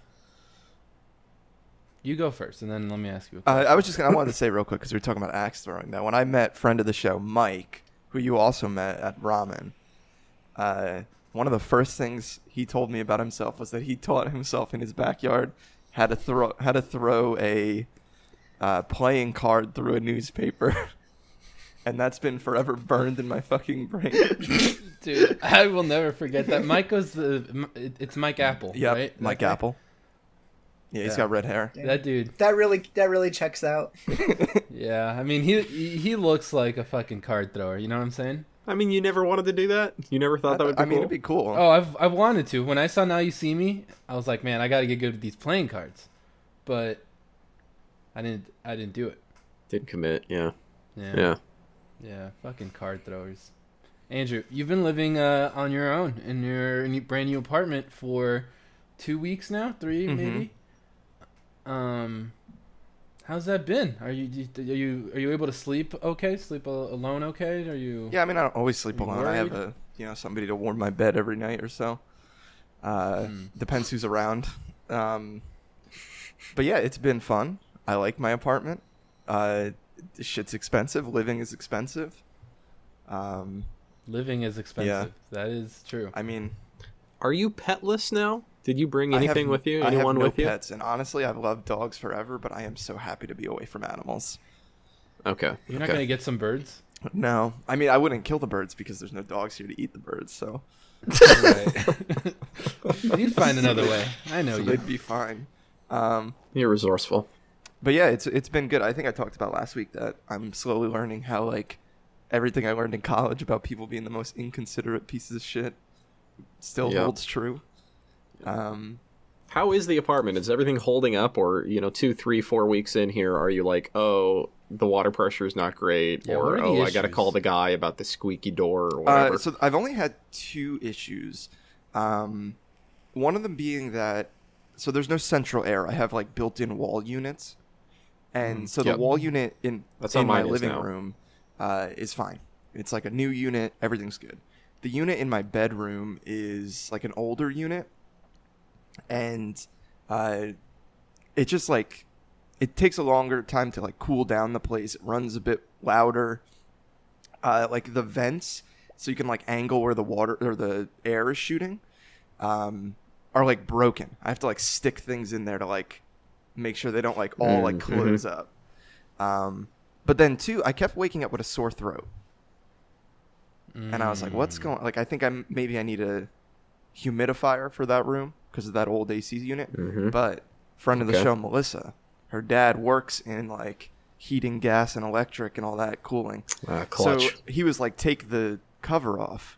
A: you go first, and then let me ask you. a
C: Uh, I was just gonna, I wanted to say real quick because we were talking about axe throwing that when I met friend of the show Mike, who you also met at Ramen, uh, one of the first things he told me about himself was that he taught himself in his backyard how to throw how to throw a uh, playing card through a newspaper, [LAUGHS] and that's been forever burned in my
A: [LAUGHS]
C: fucking brain. [LAUGHS]
A: Dude, I will never forget that. Mike goes the. m- it- It's Mike Apple,
C: Yep,
A: right? That
C: Mike
A: guy?
C: Apple. Yeah, he's
A: Yeah.
C: got red hair.
A: That dude.
E: That really, that really checks out.
A: Yeah, I mean, he he he looks like a fucking card thrower. You know what I'm saying?
B: I mean, you never wanted to do that. You never thought that would be
C: I mean,
B: cool.
C: it'd be cool.
A: Oh, I've I've wanted to. When I saw Now You See Me, I was like, man, I got to get good at these playing cards, but I didn't. I didn't do it.
B: Did commit, yeah,
A: Yeah,
B: yeah.
A: yeah, fucking card throwers. Andrew, you've been living uh, on your own in your new, brand new apartment for two weeks now, 3
C: Mhm.
A: maybe. Um, how's that been? Are you do you- are you are you able to sleep okay? Sleep al- alone okay? Are you?
C: Yeah, I mean, I don't always sleep
A: You
C: alone. I have
A: worried?
C: a you know somebody to warm my bed every night or so. Uh, Depends who's around. Um, but yeah, it's been fun. I like my apartment. Uh, shit's expensive. Living is expensive. Um,
A: Living is expensive. That is true.
C: I mean,
B: Are you petless now? Did you bring
C: I have-
B: anything with you?
C: I have
B: Anyone
C: no
B: with you?
C: pets, and honestly, I've loved dogs forever, but I am so happy to be away from animals.
B: Okay.
A: You're not
B: okay.
A: gonna get some birds.
C: No, I mean, I wouldn't kill the birds because there's no dogs here to eat the birds, so,
A: Right. [LAUGHS] You'd find another way. I know
C: so
A: you.
C: they'd be fine. Um,
B: You're resourceful.
C: but yeah, it's it's been good. I think I talked about last week that I'm slowly learning how like everything I learned in college about people being the most inconsiderate pieces of shit still
B: Yeah.
C: holds true. Um,
B: How is the apartment? Is everything holding up, or you know, two, three, four weeks in here, are you like, oh, the water pressure is not great,
A: Yeah, what
B: or
A: are the
B: oh, I got to
A: issues?
B: call the guy about the squeaky door or whatever?
C: Uh, so I've only had two issues. Um, one of them being that so there's no central air. I have like built-in wall units, and so the
B: Mm, Yep.
C: wall unit in
B: That's how
C: in my
B: mine is
C: living
B: now.
C: room uh, is fine. It's like a new unit. Everything's good. The unit in my bedroom is like an older unit, and uh, it just like it takes a longer time to like cool down the place. It runs a bit louder. Uh, like the vents, so you can like angle where the water or the air is shooting, um, are like broken. I have to like stick things in there to like make sure they don't like all like
B: Mm,
C: close up. Um, but then too, I kept waking up with a sore throat, and I was like, "What's going?" Like I think I'm maybe I need a humidifier for that room because of that old AC unit.
B: Mhm.
C: But friend of the
B: Okay.
C: show, Melissa, her dad works in like heating, gas, and electric, and all that cooling.
A: Uh,
B: Ah, clutch.
A: Oh,
C: So he was like, "Take the cover off."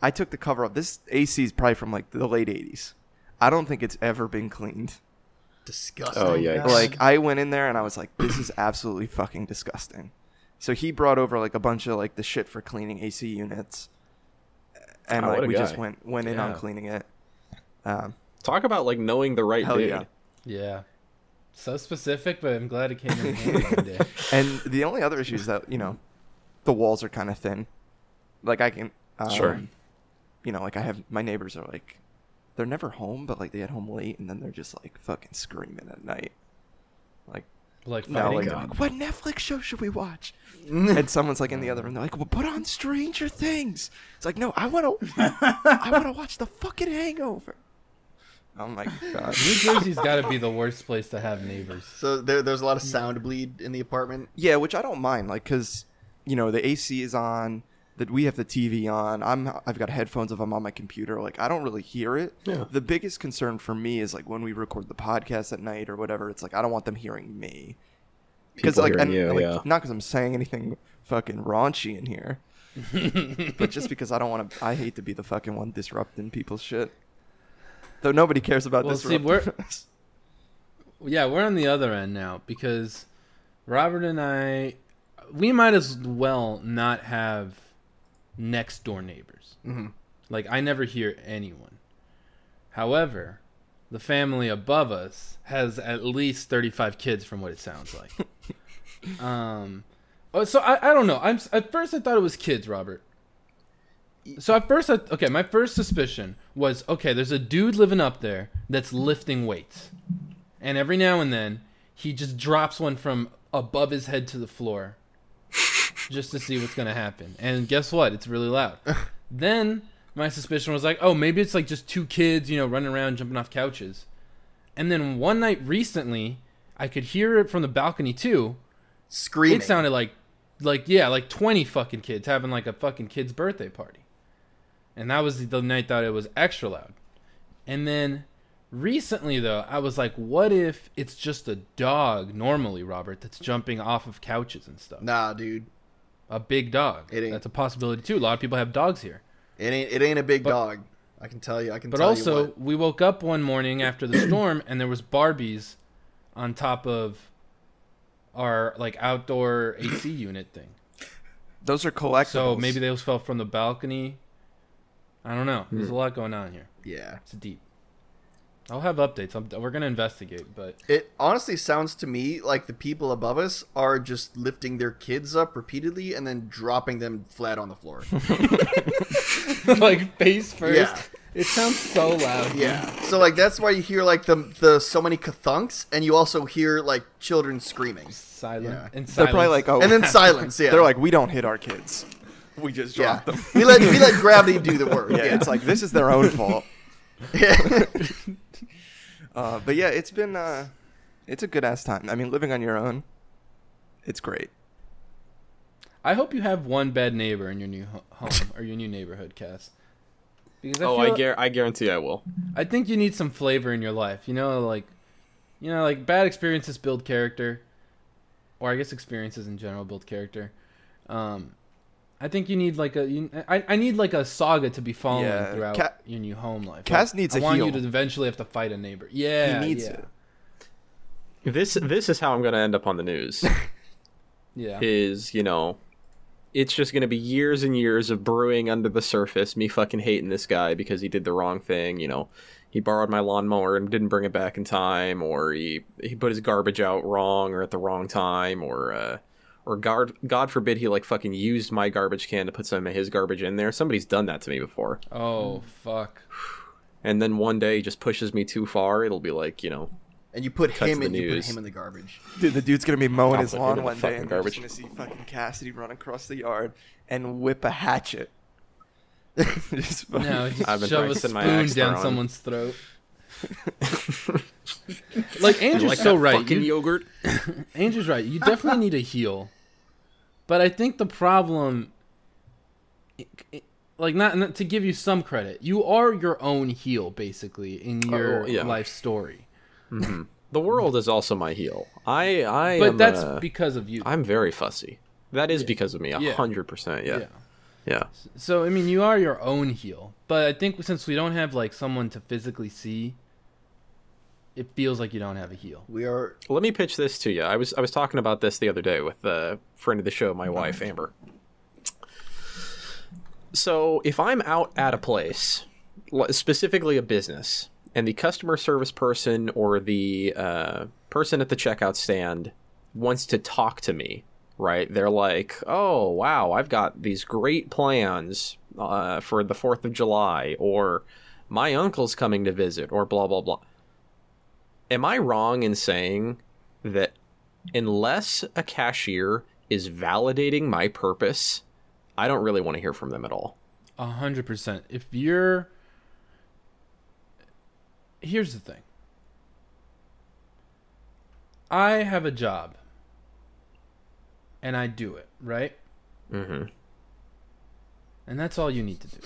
C: I took the cover off. This AC is probably from like the late '80s. I don't think it's ever been cleaned.
D: Disgusting.
B: oh yeah.
C: Like I went in there and I was like, "This is absolutely fucking disgusting." So he brought over like a bunch of like the shit for cleaning AC units, and
B: Ah, what
C: like
B: a
C: we just
B: guy.
C: went went in on
A: Yeah.
C: cleaning it. Um,
B: talk about like knowing the right
C: hell
B: dude.
C: yeah.
A: Yeah. So specific, but I'm glad it came in handy one
C: [LAUGHS]
A: day.
C: And the only other issue is that you know, the walls are kind of thin. Like I can, um,
B: Sure.
C: You know, like I have my neighbors are like, they're never home, but like they get home late, and then they're just like fucking screaming at night. Like
A: Like
C: now,
A: fighting
C: like,
A: no,
C: they're like what Netflix show should we watch? and someone's like in the other room, they're like, well, put on Stranger Things. It's like, no, I want to, I want to watch the fucking Hangover. Oh my god.
A: New Jersey's got to be the worst place to have neighbors.
D: So there, there's a lot of sound bleed in the apartment.
C: Yeah, which I don't mind, like, cause you know the AC is on, that we have the TV on. I'm I've got headphones if I'm on my computer. Like, I don't really hear it.
B: Yeah.
C: The biggest concern for me is like when we record the podcast at night or whatever. It's like I don't want them hearing me, because
B: People
C: like,
B: hearing
C: and,
B: you,
C: like
B: yeah.
C: not because I'm saying anything fucking raunchy
B: [LAUGHS]
C: in here, but just because I don't want to. I hate to be the fucking one disrupting people's shit. Though nobody cares about
A: Well,
C: this.
A: see, we're- Yeah, we're on the other end now because Robert and I, we might as well not have next door neighbors.
D: Mhm.
A: Like, I never hear anyone. However, the family above us has at least 35 kids from what it sounds like. um, oh, so I, I don't know. I'm s- at first I thought it was kids, Robert. So at first, I, okay, my first suspicion was okay. There's a dude living up there that's lifting weights, and every now and then he just drops one from above his head to the floor, [LAUGHS] just to see what's gonna happen. And guess what? It's really loud. then my suspicion was like, oh, maybe it's like just two kids, you know, running around jumping off couches. And then one night recently, I could hear it from the balcony too.
D: Screaming.
A: It sounded like, like yeah, like twenty fucking kids having like a fucking kid's birthday party, and that was the night that it was extra loud. And then recently though, I was like, what if it's just a dog normally, Robert, that's jumping off of couches and stuff?
D: nah, dude.
A: A big dog.
D: It ain't.
A: That's a possibility too. A lot of people have dogs here.
D: It ain't. It ain't a big
A: But-
D: dog. I can tell you. I can.
A: But
D: tell you
A: also,
D: what.
A: we woke up one morning after the storm, and there was Barbies on top of our like outdoor AC unit thing.
C: those are collectibles.
A: So maybe those fell from the balcony. I don't know. There's a lot going on here.
D: yeah.
A: It's deep. I'll have updates. I'm, we're gonna investigate,
C: [LAUGHS]
A: but
D: It honestly sounds to me like the people above us are just lifting their kids up repeatedly and then dropping them flat on the floor.
A: like face first.
D: Yeah.
A: It sounds so loud.
D: yeah. So like that's why you hear like the the so many kathunks and you also hear like children screaming.
A: Silent
D: Yeah.
A: and
C: they're
A: silent.
C: probably like, oh, [LAUGHS]
D: And then silence, yeah.
C: They're like, we don't hit our kids. We just
D: Yeah,
C: dropped them.
D: we let
B: [LAUGHS]
D: we let gravity do the
C: [LAUGHS]
D: work.
C: yeah, it's like this is their
D: [LAUGHS]
C: own fault. Uh, but yeah, it's been uh, it's a good ass time. I mean, living on your own, it's great.
A: I hope you have one bad neighbor in your new ho- home or your new neighborhood, Cass. Because
B: oh, I,
A: feel-
B: guar- I guarantee I will.
A: I think you need some flavor in your life. You know, like, you know, like bad experiences build character, or I guess experiences in general build character. Um, I think you need like a you, I, I need like a saga to be following
C: Yeah,
A: throughout
C: Ca-
A: your new home life.
C: Cass
A: Like,
C: needs
A: I
C: a
A: want
C: heel.
A: you to eventually have to fight a neighbor. Yeah,
C: he needs
A: yeah,
C: it.
B: This this is how I'm going to end up on the news.
A: Yeah,
B: is you know, it's just going to be years and years of brewing under the surface. Me fucking hating this guy because he did the wrong thing. You know, he borrowed my lawnmower and didn't bring it back in time, or he he put his garbage out wrong or at the wrong time, or uh, or God God forbid he like fucking used my garbage can to put some of his garbage in there. Somebody's done that to me before.
A: Oh fuck.
B: and then one day he just pushes me too far, it'll be like, you know,
D: and you put
B: Cut to
D: him
B: the
D: in you put
B: news.
D: him in the garbage.
C: Dude, the dude's gonna be mowing his
B: Off it
C: lawn
B: into the
C: one day, and
B: fucking
C: we're just gonna
B: garbage.
C: see fucking Cassidy run across the yard and whip a hatchet. [LAUGHS] Just [LAUGHS] fucking-
A: No, just
B: I've been
A: shove a
B: practicing
A: spoon
B: my axe
A: down
B: throwing.
A: someone's
B: [LAUGHS]
A: throat. like Andrew's so
B: that
A: right.
B: fucking
A: You-
B: yogurt.
A: Andrew's right. You definitely need a heel, but I think the problem, it- it- like not, not to give you some credit, you are your own heel basically in your
B: yeah.
A: life story.
B: The world is also my heel. I I
A: But
B: am
A: that's
B: uh,
A: because of you.
B: I'm very fussy. That is because of me, a
A: Yeah.
B: hundred percent. Yeah.
A: Yeah.
B: Yeah.
A: So I mean, you are your own heel, but I think since we don't have like someone to physically see, it feels like you don't have a heel.
D: We are
B: Let me pitch this to you. I was I was talking about this the other day with a friend of the show, my wife Amber. So if I'm out at a place, l- specifically a business, and the customer service person or the uh, person at the checkout stand wants to talk to me, right? They're like, "Oh wow, I've got these great plans uh, for the Fourth of July," or "My uncle's coming to visit," or blah blah blah am I wrong in saying that unless a cashier is validating my purpose, I don't really want to hear from them at all?
A: A hundred percent. If you're here's the thing. I have a job and I do it, right?
B: Mhm.
A: And that's all you need to do.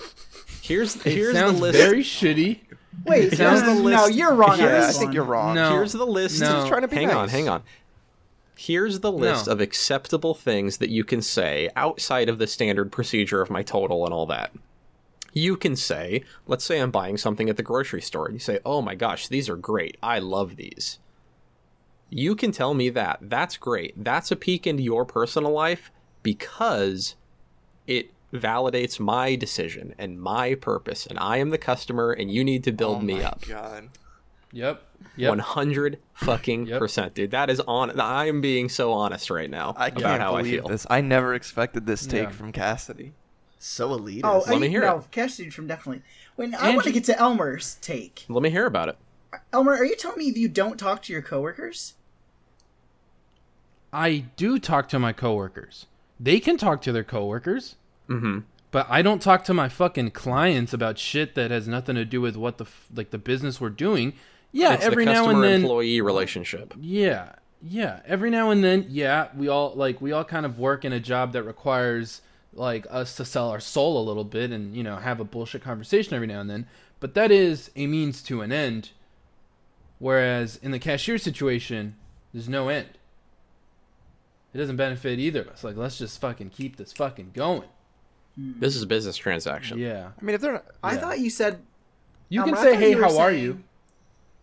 B: Here's
A: It
B: here's the
A: sounds
B: list.
A: very shitty.
E: Wait,
A: [LAUGHS] sounds-
E: no, no, no, you're wrong. on
C: yeah,
E: this
C: I think
E: one.
C: you're wrong.
A: No.
B: Here's the list.
A: No. Just
C: trying to be
B: hang on,
C: nice.
B: hang on. Here's the list
A: No.
B: of acceptable things that you can say outside of the standard procedure of my total and all that. You can say, let's say I'm buying something at the grocery store. You say, oh my gosh, these are great. I love these. You can tell me that. That's great. That's a peek into your personal life because it validates my decision and my purpose. And I am the customer, and you need to build
C: Oh
B: me
C: my
B: up.
C: God.
A: Yep.
B: One
A: Yep.
B: hundred fucking
A: Yep.
B: percent, dude. That is on. I am being so honest right now
C: I
B: about
C: can't
B: how I
C: believe
B: feel.
C: this. I never expected this take
A: Yeah.
C: from Cassidy.
D: so elitist.
E: Oh, I,
B: me hear
E: no,
B: it.
E: Cassidy's from definitely. When I
A: Andrew-
E: want to get to Elmer's take.
B: Let me hear about it.
E: Elmer, are you telling me you don't talk to your coworkers?
A: I do talk to my coworkers. They can talk to their coworkers.
B: Mhm.
A: But I don't talk to my fucking clients about shit that has nothing to do with what the f- like the business we're doing. Yeah,
B: It's
A: every
B: the
A: now and
B: customer
A: then
B: employee relationship.
A: Yeah. Yeah. Every now and then, yeah, we all like we all kind of work in a job that requires like us to sell our soul a little bit and, you know, have a bullshit conversation every now and then. But that is a means to an end. Whereas in the cashier situation, there's no end. It doesn't benefit either of us. Like, let's just fucking keep this fucking going.
B: This is a business transaction.
A: Yeah.
C: I mean, if they're not,
E: I
A: Yeah.
E: thought you said.
A: You
E: Elmer,
A: can
E: I
A: say,
E: thought
A: hey,
E: you were
A: how are
E: saying-
A: you?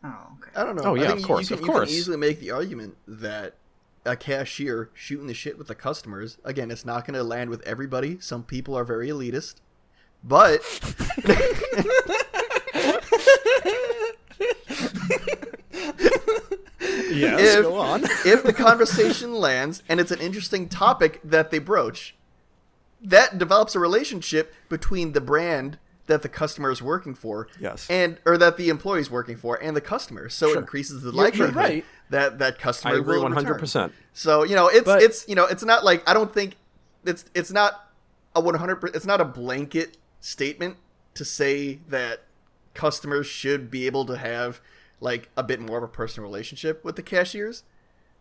E: Oh, okay.
D: I don't know.
B: Oh,
D: I
B: yeah,
D: think
B: of
D: you-
B: course,
D: you
B: of
D: can,
B: course.
D: You can easily make the argument that a cashier shooting the shit with the customers again, it's not going to land with everybody. Some people are very elitist, but
B: Yes.
C: [LAUGHS]
D: if if the conversation lands and it's an interesting topic that they broach, that develops a relationship between the brand that the customer is working for,
C: Yes.
D: and or that the employee is working for, and the customer. So it increases the
A: You're- you're
D: likelihood
A: right.
D: that that
B: I
D: customer
B: agree
D: will
B: one
D: return.
B: hundred percent.
D: So you know, it's
A: But-
D: it's you know, it's not like I don't think it's it's not a 100 it's not a blanket statement to say that customers should be able to have like a bit more of a personal relationship with the cashiers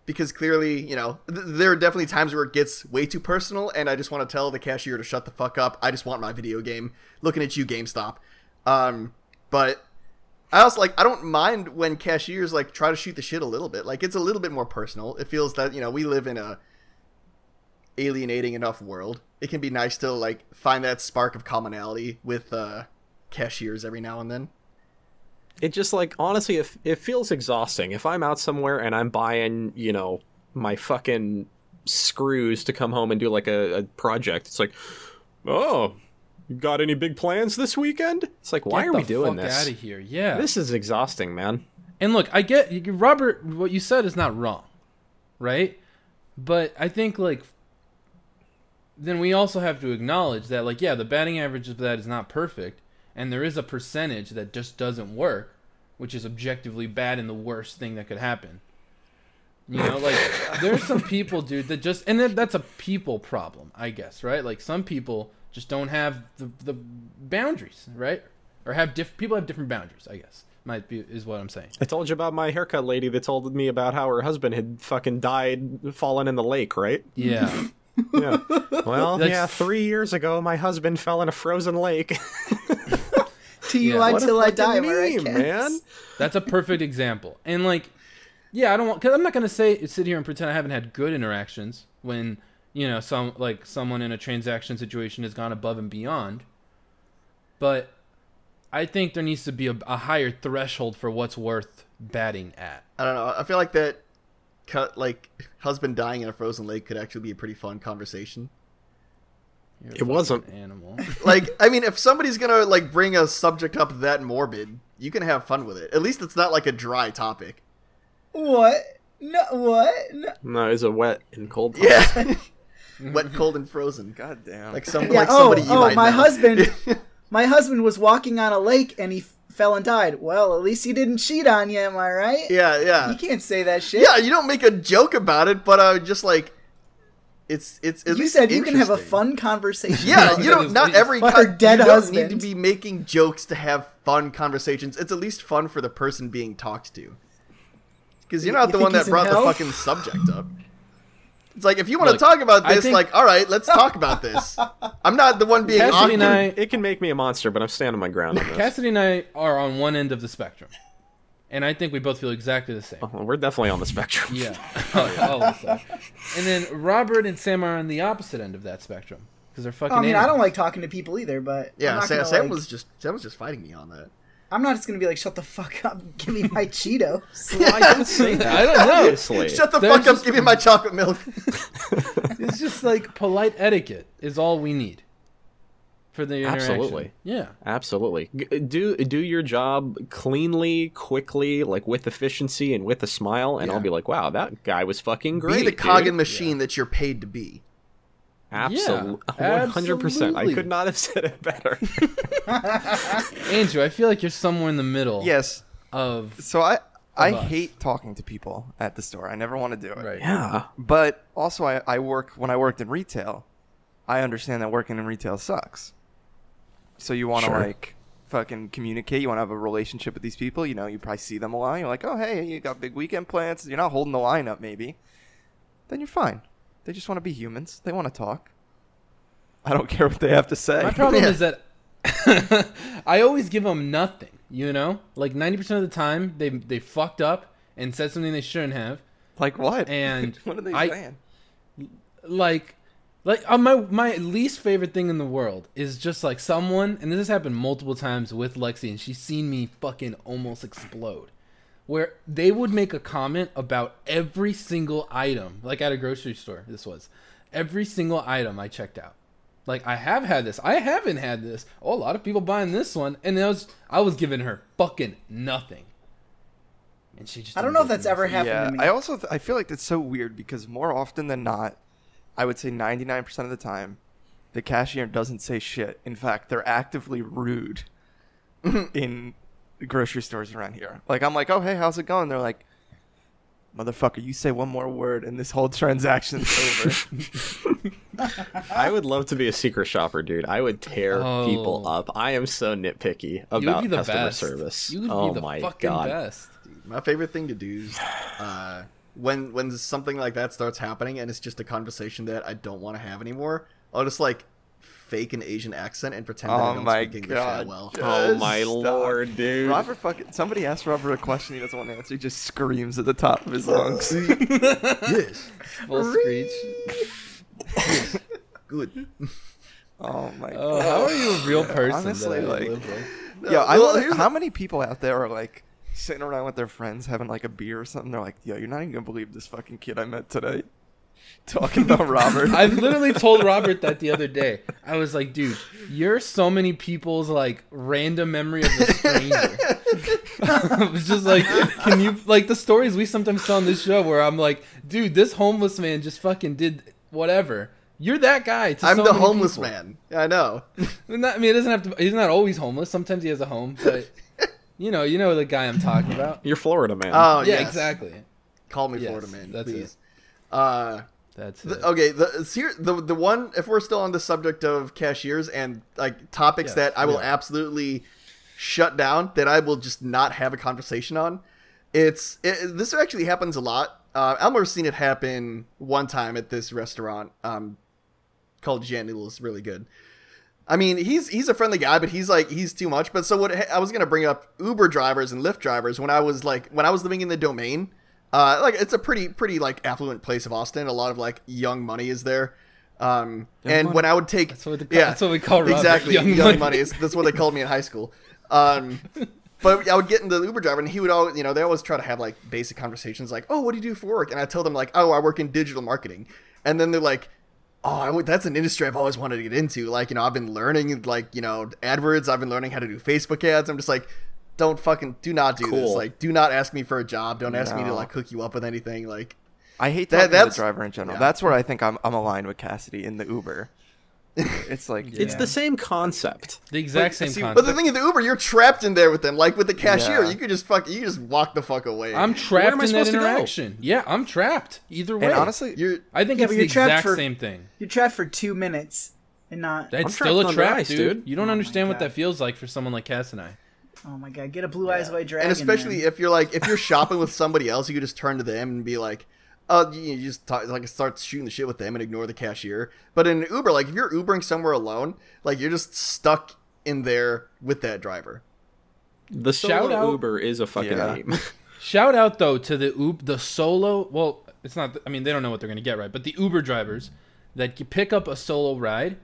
D: because clearly, you know, th- there are definitely times where it gets way too personal and I just want to tell the cashier to shut the fuck up. I just want my video game. Looking at you GameStop. Um but I also like I don't mind when cashiers like try to shoot the shit a little bit. Like it's a little bit more personal. It feels that, you know, we live in a alienating enough world. It can be nice to like find that spark of commonality with uh cashiers every now and then.
B: It just like honestly, if it feels exhausting. If I'm out somewhere and I'm buying, you know, my fucking screws to come home and do like a, a project, it's like, oh, you got any big plans this weekend? It's like, why
A: Get
B: are
A: the
B: we doing
A: fuck
B: this?
A: Out of here, yeah.
B: This is exhausting, man.
A: And look, I get you- Robert. What you said is not wrong, right? But I think like then we also have to acknowledge that like yeah, the batting average of that is not perfect, and there is a percentage that just doesn't work, which is objectively bad and the worst thing that could happen. You know, like there's some people, dude, that just and that, that's a people problem, I guess, right? Like some people just don't have the the boundaries, right? Or have diff- people have different boundaries, I guess. Might be is what I'm saying.
B: I told you about my haircut lady that told me about how her husband had fucking died, fallen in the lake, right?
E: [LAUGHS]
A: Yeah.
B: Yeah. Well,
A: Like-
B: yeah, three years ago, my husband fell in a frozen lake.
E: To
A: [LAUGHS]
E: you
A: Yeah. What a
E: until I die,
B: Fucking
E: where I
B: meme,
E: can.
B: man.
A: That's a perfect example. And like, yeah, I don't want because I'm not gonna say sit here and pretend I haven't had good interactions when you know some like someone in a transaction situation has gone above and beyond. But I think there needs to be a, a higher threshold for what's worth batting at.
D: I don't know. I feel like that cut like husband dying in a frozen lake could actually be a pretty fun conversation.
A: You're a
B: It
A: fucking
B: wasn't.
E: [LAUGHS]
A: animal.
D: Like, I mean, if somebody's gonna like bring a subject up that morbid, you can have fun with it. At least it's not like a dry topic.
E: What? No, what? No.
B: No, it's a wet and cold. topic.
D: Yeah. [LAUGHS] Wet, cold, and frozen.
C: God damn.
D: Like some,
E: Yeah,
D: like somebody
E: oh,
D: you
E: oh,
D: might
E: my
D: know. [LAUGHS]
E: husband- My husband was walking on a lake and he f- fell and died. Well, at least he didn't cheat on you, am I right?
D: yeah, yeah,
E: You can't say that shit.
D: yeah. You don't make a joke about it, but uh, just like it's it's. At
E: you
D: least
E: said you can have a
D: interesting.
E: fun conversation.
D: [LAUGHS]
E: [LAUGHS]
D: Yeah,
E: about
D: you
E: it.
D: don't. Not every
E: Fuck
D: con-
E: her dead
D: you
E: husband.
D: don't need to be making jokes to have fun conversations. It's at least fun for the person being talked to, because you're
E: You-
D: not
E: you
D: the one
E: think
D: that
E: he's in
D: brought the
E: hell?
D: fucking subject up. It's like if you want to
A: Look,
D: talk about
A: I
D: this,
A: think-
D: like, all right, let's talk
E: [LAUGHS]
D: about this. I'm not the one being
A: Cassidy
D: awkward.
A: and I,
B: It can make me a monster, but I'm standing my ground on this.
A: Cassidy and I are on one end of the spectrum, and I think we both feel exactly the
E: [LAUGHS]
A: same.
B: Well, we're definitely on the spectrum. [LAUGHS]
A: Yeah. Oh, yeah, all of a sudden. And then Robert and Sam are on the opposite end of that spectrum because they're fucking.
E: I mean, I
A: animals.
E: don't like talking to people either, but I'm
D: Yeah,
E: not
D: Sam,
E: gonna,
D: Sam
E: like-
D: was just Sam was just fighting me on that.
E: I'm not just gonna be like, shut the fuck up, [LAUGHS] give me
D: [LAUGHS]
E: my Cheetos.
B: I don't say that.
A: I don't know.
B: Obviously.
D: Shut the
A: They're
D: fuck
A: just-
D: up! Give me my chocolate milk.
A: It's just like polite etiquette is all we need for the interaction.
B: Absolutely.
A: Yeah.
B: Absolutely. G- Do do your job cleanly, quickly, like with efficiency and with a smile, and I'll be like, "Wow, that guy was fucking great."
D: be the cog
B: dude."
D: and machine that you're paid to be.
B: Absol- [LAUGHS]
A: Yeah,
B: 100%. I
A: absolutely.
B: could not have said it better.
A: Andrew, I feel like you're somewhere in the middle
C: yes.
A: of
C: So I I
A: us.
C: hate talking to people at the store. I never want to do it.
A: right.
B: yeah.
C: But also I, I work when I worked in retail, I understand that working in retail sucks. So you want to
B: Sure.
C: like fucking communicate, you want to have a relationship with these people, you know, you probably see them a lot. You're like, "Oh, hey, you got big weekend plans. You're not holding the line up maybe." Then you're fine. They just want to be humans. They want to talk. I don't [LAUGHS] care what they have to say.
A: My problem
D: Yeah.
A: is that [LAUGHS] I always give them nothing. You know, like ninety percent of the time they they fucked up and said something they shouldn't have.
C: like what?
A: And
C: [LAUGHS] what are they
A: I-
C: saying?
A: like like uh, my my least favorite thing in the world is just like someone and this has happened multiple times with Lexi and she's seen me fucking almost explode where they would make a comment about every single item like at a grocery store this was every single item I checked out like I have had this I haven't had this oh a lot of people buying this one and I was I was giving her fucking nothing and she just
E: I don't
A: didn't
E: know if
A: give me
E: that's ever
A: nothing.
E: happened
C: yeah,
E: to me.
C: I also th- I feel like that's so weird because more often than not, I would say 99% of the time, the cashier doesn't say shit. In fact, they're actively
E: [LAUGHS]
C: rude in grocery stores around here. Like I'm like, "Oh, hey, how's it going?" They're like, motherfucker, you say one more word and this whole transaction's
E: [LAUGHS]
C: over.
B: I would love to be a secret shopper, dude. I would tear people
A: Oh.
B: up. I am so nitpicky
A: You would
B: about
A: be the
B: customer
A: best.
B: service.
A: You would
B: oh
A: be the
B: my
A: fucking
B: god.
A: best.
D: My favorite thing to do is uh, when when something like that starts happening and it's just a conversation that I don't want to have anymore. I'll just like fake an Asian accent and pretend that
C: Oh
D: I don't
C: my
D: speak English that
C: God.
D: well.
B: Oh my
C: Stop.
B: lord, dude.
C: Robert fucking somebody asked Robert a question he doesn't want to answer. He just screams at the top of his lungs.
E: [LAUGHS]
D: Oh.
A: [LAUGHS]
D: yes,
A: Full screech.
D: good.
C: Oh my
E: Uh,
A: Oh,
C: god.
A: how are you a
D: [LAUGHS]
A: real person?
C: honestly,
A: that I
C: like-
A: live with?
C: Yo, I
D: Well,
C: wonder-
D: here's the-
C: how many people out there are like sitting around with their friends having like a beer or something? They're like, yo, you're not even gonna believe this fucking kid I met today. [LAUGHS] Talking
D: [LAUGHS]
C: about Robert.
A: I literally told Robert that the other day. I was like, dude, you're so many people's like random memory of the stranger. [LAUGHS] I was just like, can you like the stories we sometimes tell on this show where I'm like, dude, this homeless man just fucking did whatever. You're that guy. To
D: I'm
A: so
D: the
A: many
D: homeless
A: people.
D: man. I know.
A: And that- I mean, it doesn't have to. He's not always homeless. Sometimes he has a home,
D: [LAUGHS]
A: but you know, you know the guy I'm talking about.
B: You're Florida man.
A: [LAUGHS]
D: Oh
A: yeah,
D: yes.
A: exactly.
D: Call me
A: Yes,
D: Florida man,
A: that's it.
D: please. Uh,
A: That's it.
D: The- okay, the, ser- the the one if we're still on the subject of cashiers and like topics
A: Yes,
D: that I
A: we
D: will
A: are.
D: absolutely shut down that I will just not have a conversation on. It's it, this actually happens a lot. Uh, Elmer's seen it happen one time at this restaurant um, called Janiel is really good. I mean, he's he's a friendly guy, but he's like he's too much. But so what? I was gonna bring up Uber drivers and Lyft drivers when I was like when I was living in the domain. Uh, like it's a pretty pretty like affluent place of Austin. A lot of like young money is there. Um, and when I would take
A: That's what, the,
D: yeah
A: that's what we call Robert.
D: exactly young, money.
A: money.
D: It's- That's what they called me in high school. Um, but I would get into the Uber driver, and he would always, you know, they always try to have like basic conversations, like, "Oh, what do you do for work?" And I tell them like, "Oh, I work in digital marketing," and then they're like, "Oh, I would, that's an industry I've always wanted to get into. Like, you know, I've been learning like, you know, AdWords. I've been learning how to do Facebook ads. I'm just like." Don't fucking do not do this.
B: Cool.
D: Like, do not ask me for a job. Don't ask me to
C: No.
D: like hook you up with anything. Like,
C: I hate
D: That-
C: talking
D: that's-
C: to the driver in general.
D: yeah.
C: That's where I think I'm I'm aligned with Cassidy in the
D: [LAUGHS]
C: Uber. It's like
B: It's
A: Yeah.
B: the same concept.
A: The exact
C: But-
A: same
C: see,
A: concept.
C: but
D: but the thing is, the Uber, you're trapped in there with them. Like with the cashier,
C: Yeah.
D: you could just fuck, you just walk the fuck away.
A: I'm trapped
B: am I
A: in that
B: supposed to go?
A: interaction. Yeah, I'm trapped. Either way.
C: and honestly
D: you're
A: I think
E: Yeah,
A: it's
E: but
A: the
E: you're trapped
A: exact
E: for-
A: same thing.
E: You're trapped for two minutes and not.
A: That's
B: I'm
A: still
B: trapped
A: a
B: on the
A: trap,
B: ice,
A: dude.
B: dude.
A: You don't understand what
E: God.
A: that feels like for someone like Cass and I.
E: oh my god, get a blue eyes white dragon.
D: and especially
E: man.
D: if you're like
A: [LAUGHS]
D: if you're shopping with somebody else, you could just turn to them and be like, "Oh, you, you just talk, like start shooting the shit with them and ignore the cashier." But in Uber, like if you're Ubering somewhere alone, like you're just stuck in there with that driver.
B: The
A: Shout
B: solo
A: out-
B: Uber is a fucking
C: Yeah.
B: name.
A: Shout out though to the Uber, the solo. Well, it's not. I mean, they don't know what they're gonna get right, but the Uber drivers that c- pick up a solo ride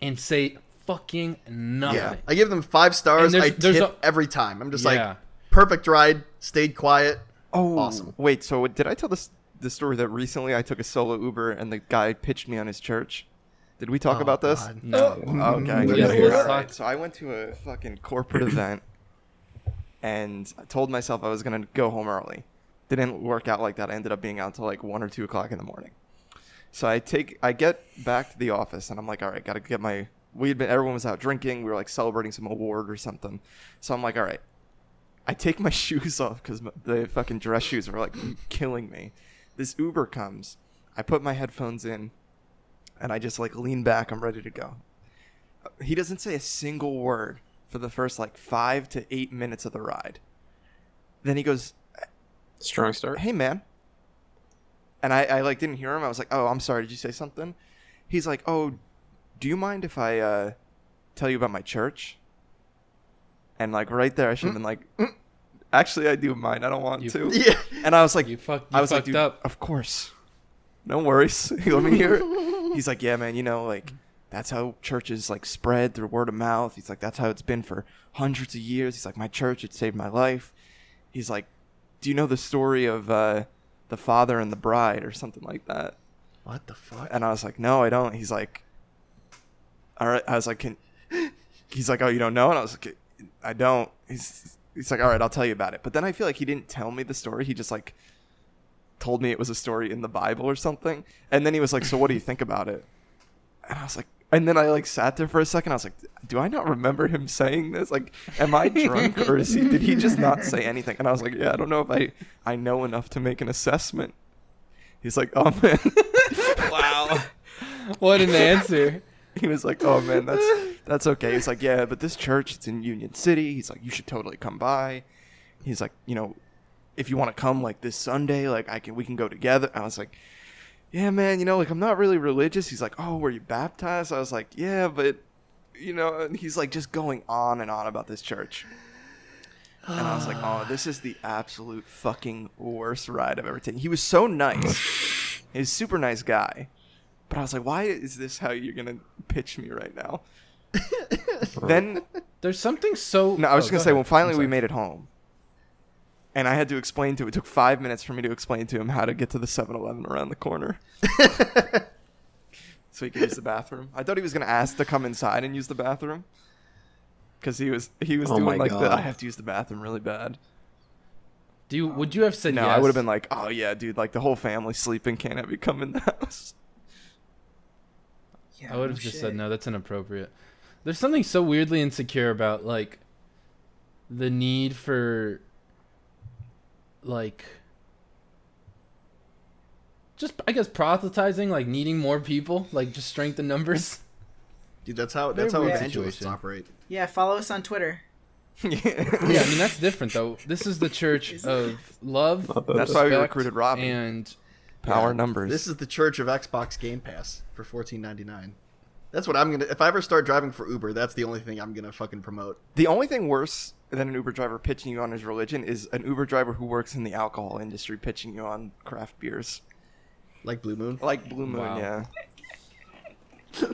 A: and say fucking nothing.
D: Yeah, I give them five stars.
A: And
D: I
A: there's-
D: tip
A: there's a-
D: every time. I'm just
A: Yeah.
D: like, perfect ride, stayed quiet.
C: Oh,
D: Awesome.
C: Wait, so did I tell this the story that recently I took a solo Uber and the guy pitched me on his church? Did we talk about this?
D: Oh, God.
A: Oh, No.
C: Okay.
B: We're
C: yeah,
B: gonna hear
C: all
B: it.
C: right. So I went to a fucking corporate event and I told myself I was gonna go home early. Didn't work out like that. I ended up being out till like one or two o'clock in the morning. So I take I get back to the office and I'm like, all right, gotta get my we had been everyone was out drinking, we were like celebrating some award or something. So I'm like, all right. I take my [LAUGHS] shoes off because the fucking dress shoes were like killing me. This Uber comes. I put my headphones in and I just like lean back. I'm ready to go. He doesn't say a single word for the first like five to eight minutes of the ride. Then he goes,
B: [LAUGHS] Strong start.
C: hey man and I, I like didn't hear him i was like oh i'm sorry did you say something he's like oh do you mind if i uh, tell you about my church and like right there i should have been like actually i do mind i don't want
A: You-
C: to
D: Yeah,
C: and i was like
A: You fuck-
C: i
A: you
C: was like
A: fucked
C: Dude,
A: up."
C: of course no worries [LAUGHS] let me hear it he's like yeah man you know like that's how churches like spread through word of mouth he's like that's how it's been for hundreds of years he's like my church it saved my life he's like, "Do you know the story of uh, the father and the bride, or something like that?"
D: what the fuck?
C: And I was like, "No, I don't." He's like, "All right." I was like, "Can?" He's like, "Oh, you don't know?" And I was like, "I don't." He's he's like, "All right, I'll tell you about it." But then I feel like he didn't tell me the story. He just like told me it was a story in the Bible or something. And then he was like, "So what do you think about it?" And I was like, And then I like sat there for a second. I was like, "Do I not remember him saying this? Like, am I drunk or is he? Did he just not say anything?" And I was like, "Yeah, I don't know if I I know enough to make an assessment." He's like, "Oh man," [LAUGHS]
B: Wow.
A: What an answer.
C: [LAUGHS] he was like, "Oh man, that's that's okay." He's like, "Yeah, but this church, it's in Union City." He's like, "You should totally come by." He's like, "You know, if you want to come like this Sunday, like I can we can go together." I was like, "Yeah, man, you know, like I'm not really religious." He's like, "Oh, were you baptized?" I was like, "Yeah, but you know," and he's like just going on and on about this church. And I was like, "Oh, this is the absolute fucking worst ride I've ever taken." He was so nice. He was a super nice guy. But I was like, why is this how you're gonna pitch me
A: [LAUGHS]
C: right now? then
A: There's something so.
C: no, I was
A: oh,
C: just gonna
A: go
C: say,
A: ahead.
C: well, finally
A: I'm
C: we
A: sorry.
C: made it home, and I had to explain to it took five minutes for me to explain to him how to get to the 7-Eleven around
A: [LAUGHS]
C: the corner, so he could use the bathroom. I thought he was gonna ask to come inside and use the bathroom, because he was he was
B: Oh my
C: doing like the
B: God.
C: I have to use the bathroom really bad.
A: Do you, would you have said
C: No,
A: yes?
C: I would have been like, oh yeah, dude, like the whole family sleeping can't have you come in the [LAUGHS] house.
E: Yeah,
A: I would
E: no
A: have just
E: Oh, shit.
A: said no. That's inappropriate. There's something so weirdly insecure about like the need for like just I guess proselytizing, like needing more people, like just strength in numbers. [LAUGHS]
D: Dude, that's how that's how
A: Very weird
D: evangelists
A: situation.
D: operate.
E: Yeah, follow us on Twitter.
A: [LAUGHS] yeah, I mean that's different though. This is the church of love.
C: That's why we
A: respect,
C: recruited Robbie.
A: And
C: Power numbers.
D: This is the church of Xbox Game Pass for fourteen ninety nine. That's what I'm gonna. If I ever start driving for Uber, that's the only thing I'm gonna fucking promote.
C: The only thing worse than an Uber driver pitching you on his religion is an Uber driver who works in the alcohol industry pitching you on craft beers.
D: Like Blue Moon.
C: Like Blue Moon,
A: Wow.
C: yeah.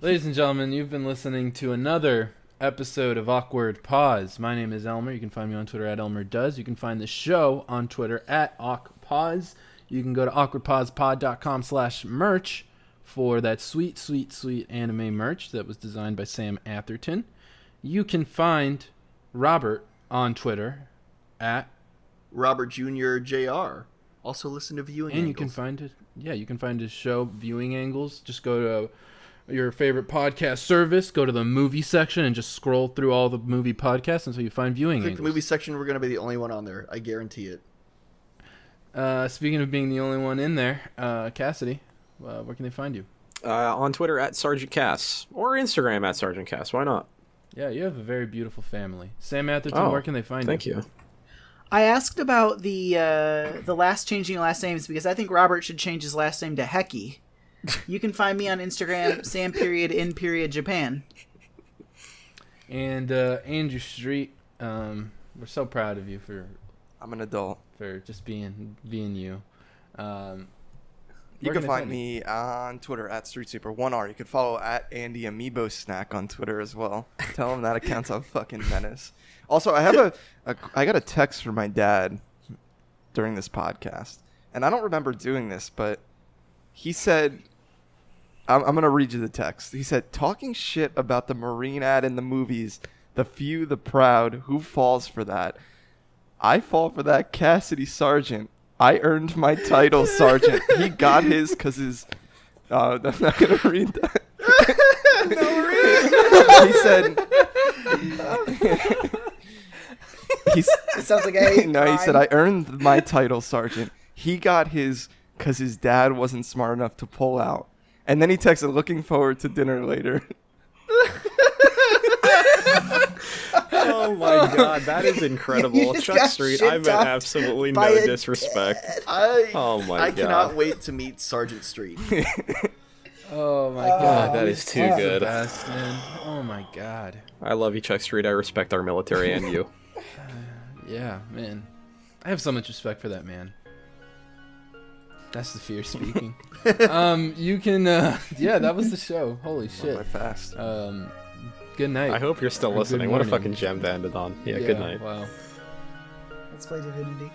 A: Ladies and gentlemen, you've been listening to another episode of Awkward Pause. My name is Elmer. You can find me on Twitter at Elmer Does. You can find the show on Twitter at AwkPause. You can go to awkwardpausepod.com slash merch for that sweet, sweet, sweet anime merch that was designed by Sam Atherton. You can find Robert on Twitter at
D: Robert Jr. Jr. Also listen to viewing.
A: and you can
D: Angles.
A: find it yeah you can find his show viewing angles just go to your favorite podcast service go to the movie section and just scroll through all the movie podcasts until you find viewing
D: I think the
A: angles
D: movie section we're gonna be the only one on there. I guarantee it.
A: uh, speaking of being the only one in there uh, cassidy uh, where can they find you
B: Uh, on Twitter at Sergeant Cass or Instagram at Sergeant Cass. Why not?
A: yeah you have a very beautiful family sam atherton
B: Oh,
A: where can they find
B: Thank you.
E: I asked about the uh, the last changing last names because I think Robert should change his last name
A: [LAUGHS]
E: to Hecky. You can find me on Instagram, Sam period in period Japan.
A: and uh, andrew street um, we're so proud of you for
C: I'm an adult.
A: for just being being you um,
C: You
A: where
C: can
A: they
C: find
A: you?
C: me on Twitter at StreetSweeper1R. You can follow at Andy Amiibo Snack on Twitter as well. Tell him that account's a fucking menace. Also, I have a, a I got a text from my dad during this podcast, and I don't remember doing this, but he said, "I'm, I'm going to read you the text." He said, "Talking shit about the Marine ad in the movies, the few, the proud, who falls for that?" I fall for that Cassidy Sergeant. I earned my title, Sergeant. he got his because his. Uh, [LAUGHS] I'm not gonna read that. [LAUGHS] no, he said. [LAUGHS] He's,
E: It sounds
C: [LAUGHS]
E: like a
C: no, he said
E: crime.
C: I earned my title, Sergeant. He got his because his dad wasn't smart enough to pull out. And then he texted, "Looking forward to dinner later."
B: [LAUGHS] Oh [LAUGHS] my god, that is incredible.
E: You just
B: Chuck
E: got
B: Street, I meant
E: shit-talked
B: absolutely
E: by
B: no
E: a
B: disrespect.
D: I
B: Oh my
D: I
B: God.
D: cannot wait to meet Sergeant Street.
A: Oh my god,
B: that is too
A: he's the
B: good.
A: best, man. Oh my god,
B: I love you, Chuck Street. I respect our military and you.
A: yeah, man. I have so much respect for that man. That's the fear speaking. um, you can, uh, [LAUGHS] yeah, that was the show. Holy
C: Am I [LAUGHS]
A: shit.
C: fast?
A: Um, good night.
B: I hope you're
A: Or
B: still
A: good
B: listening. What a
A: morning.
B: fucking gem to end it on. yeah good night.
A: Wow.
E: Let's play Divinity.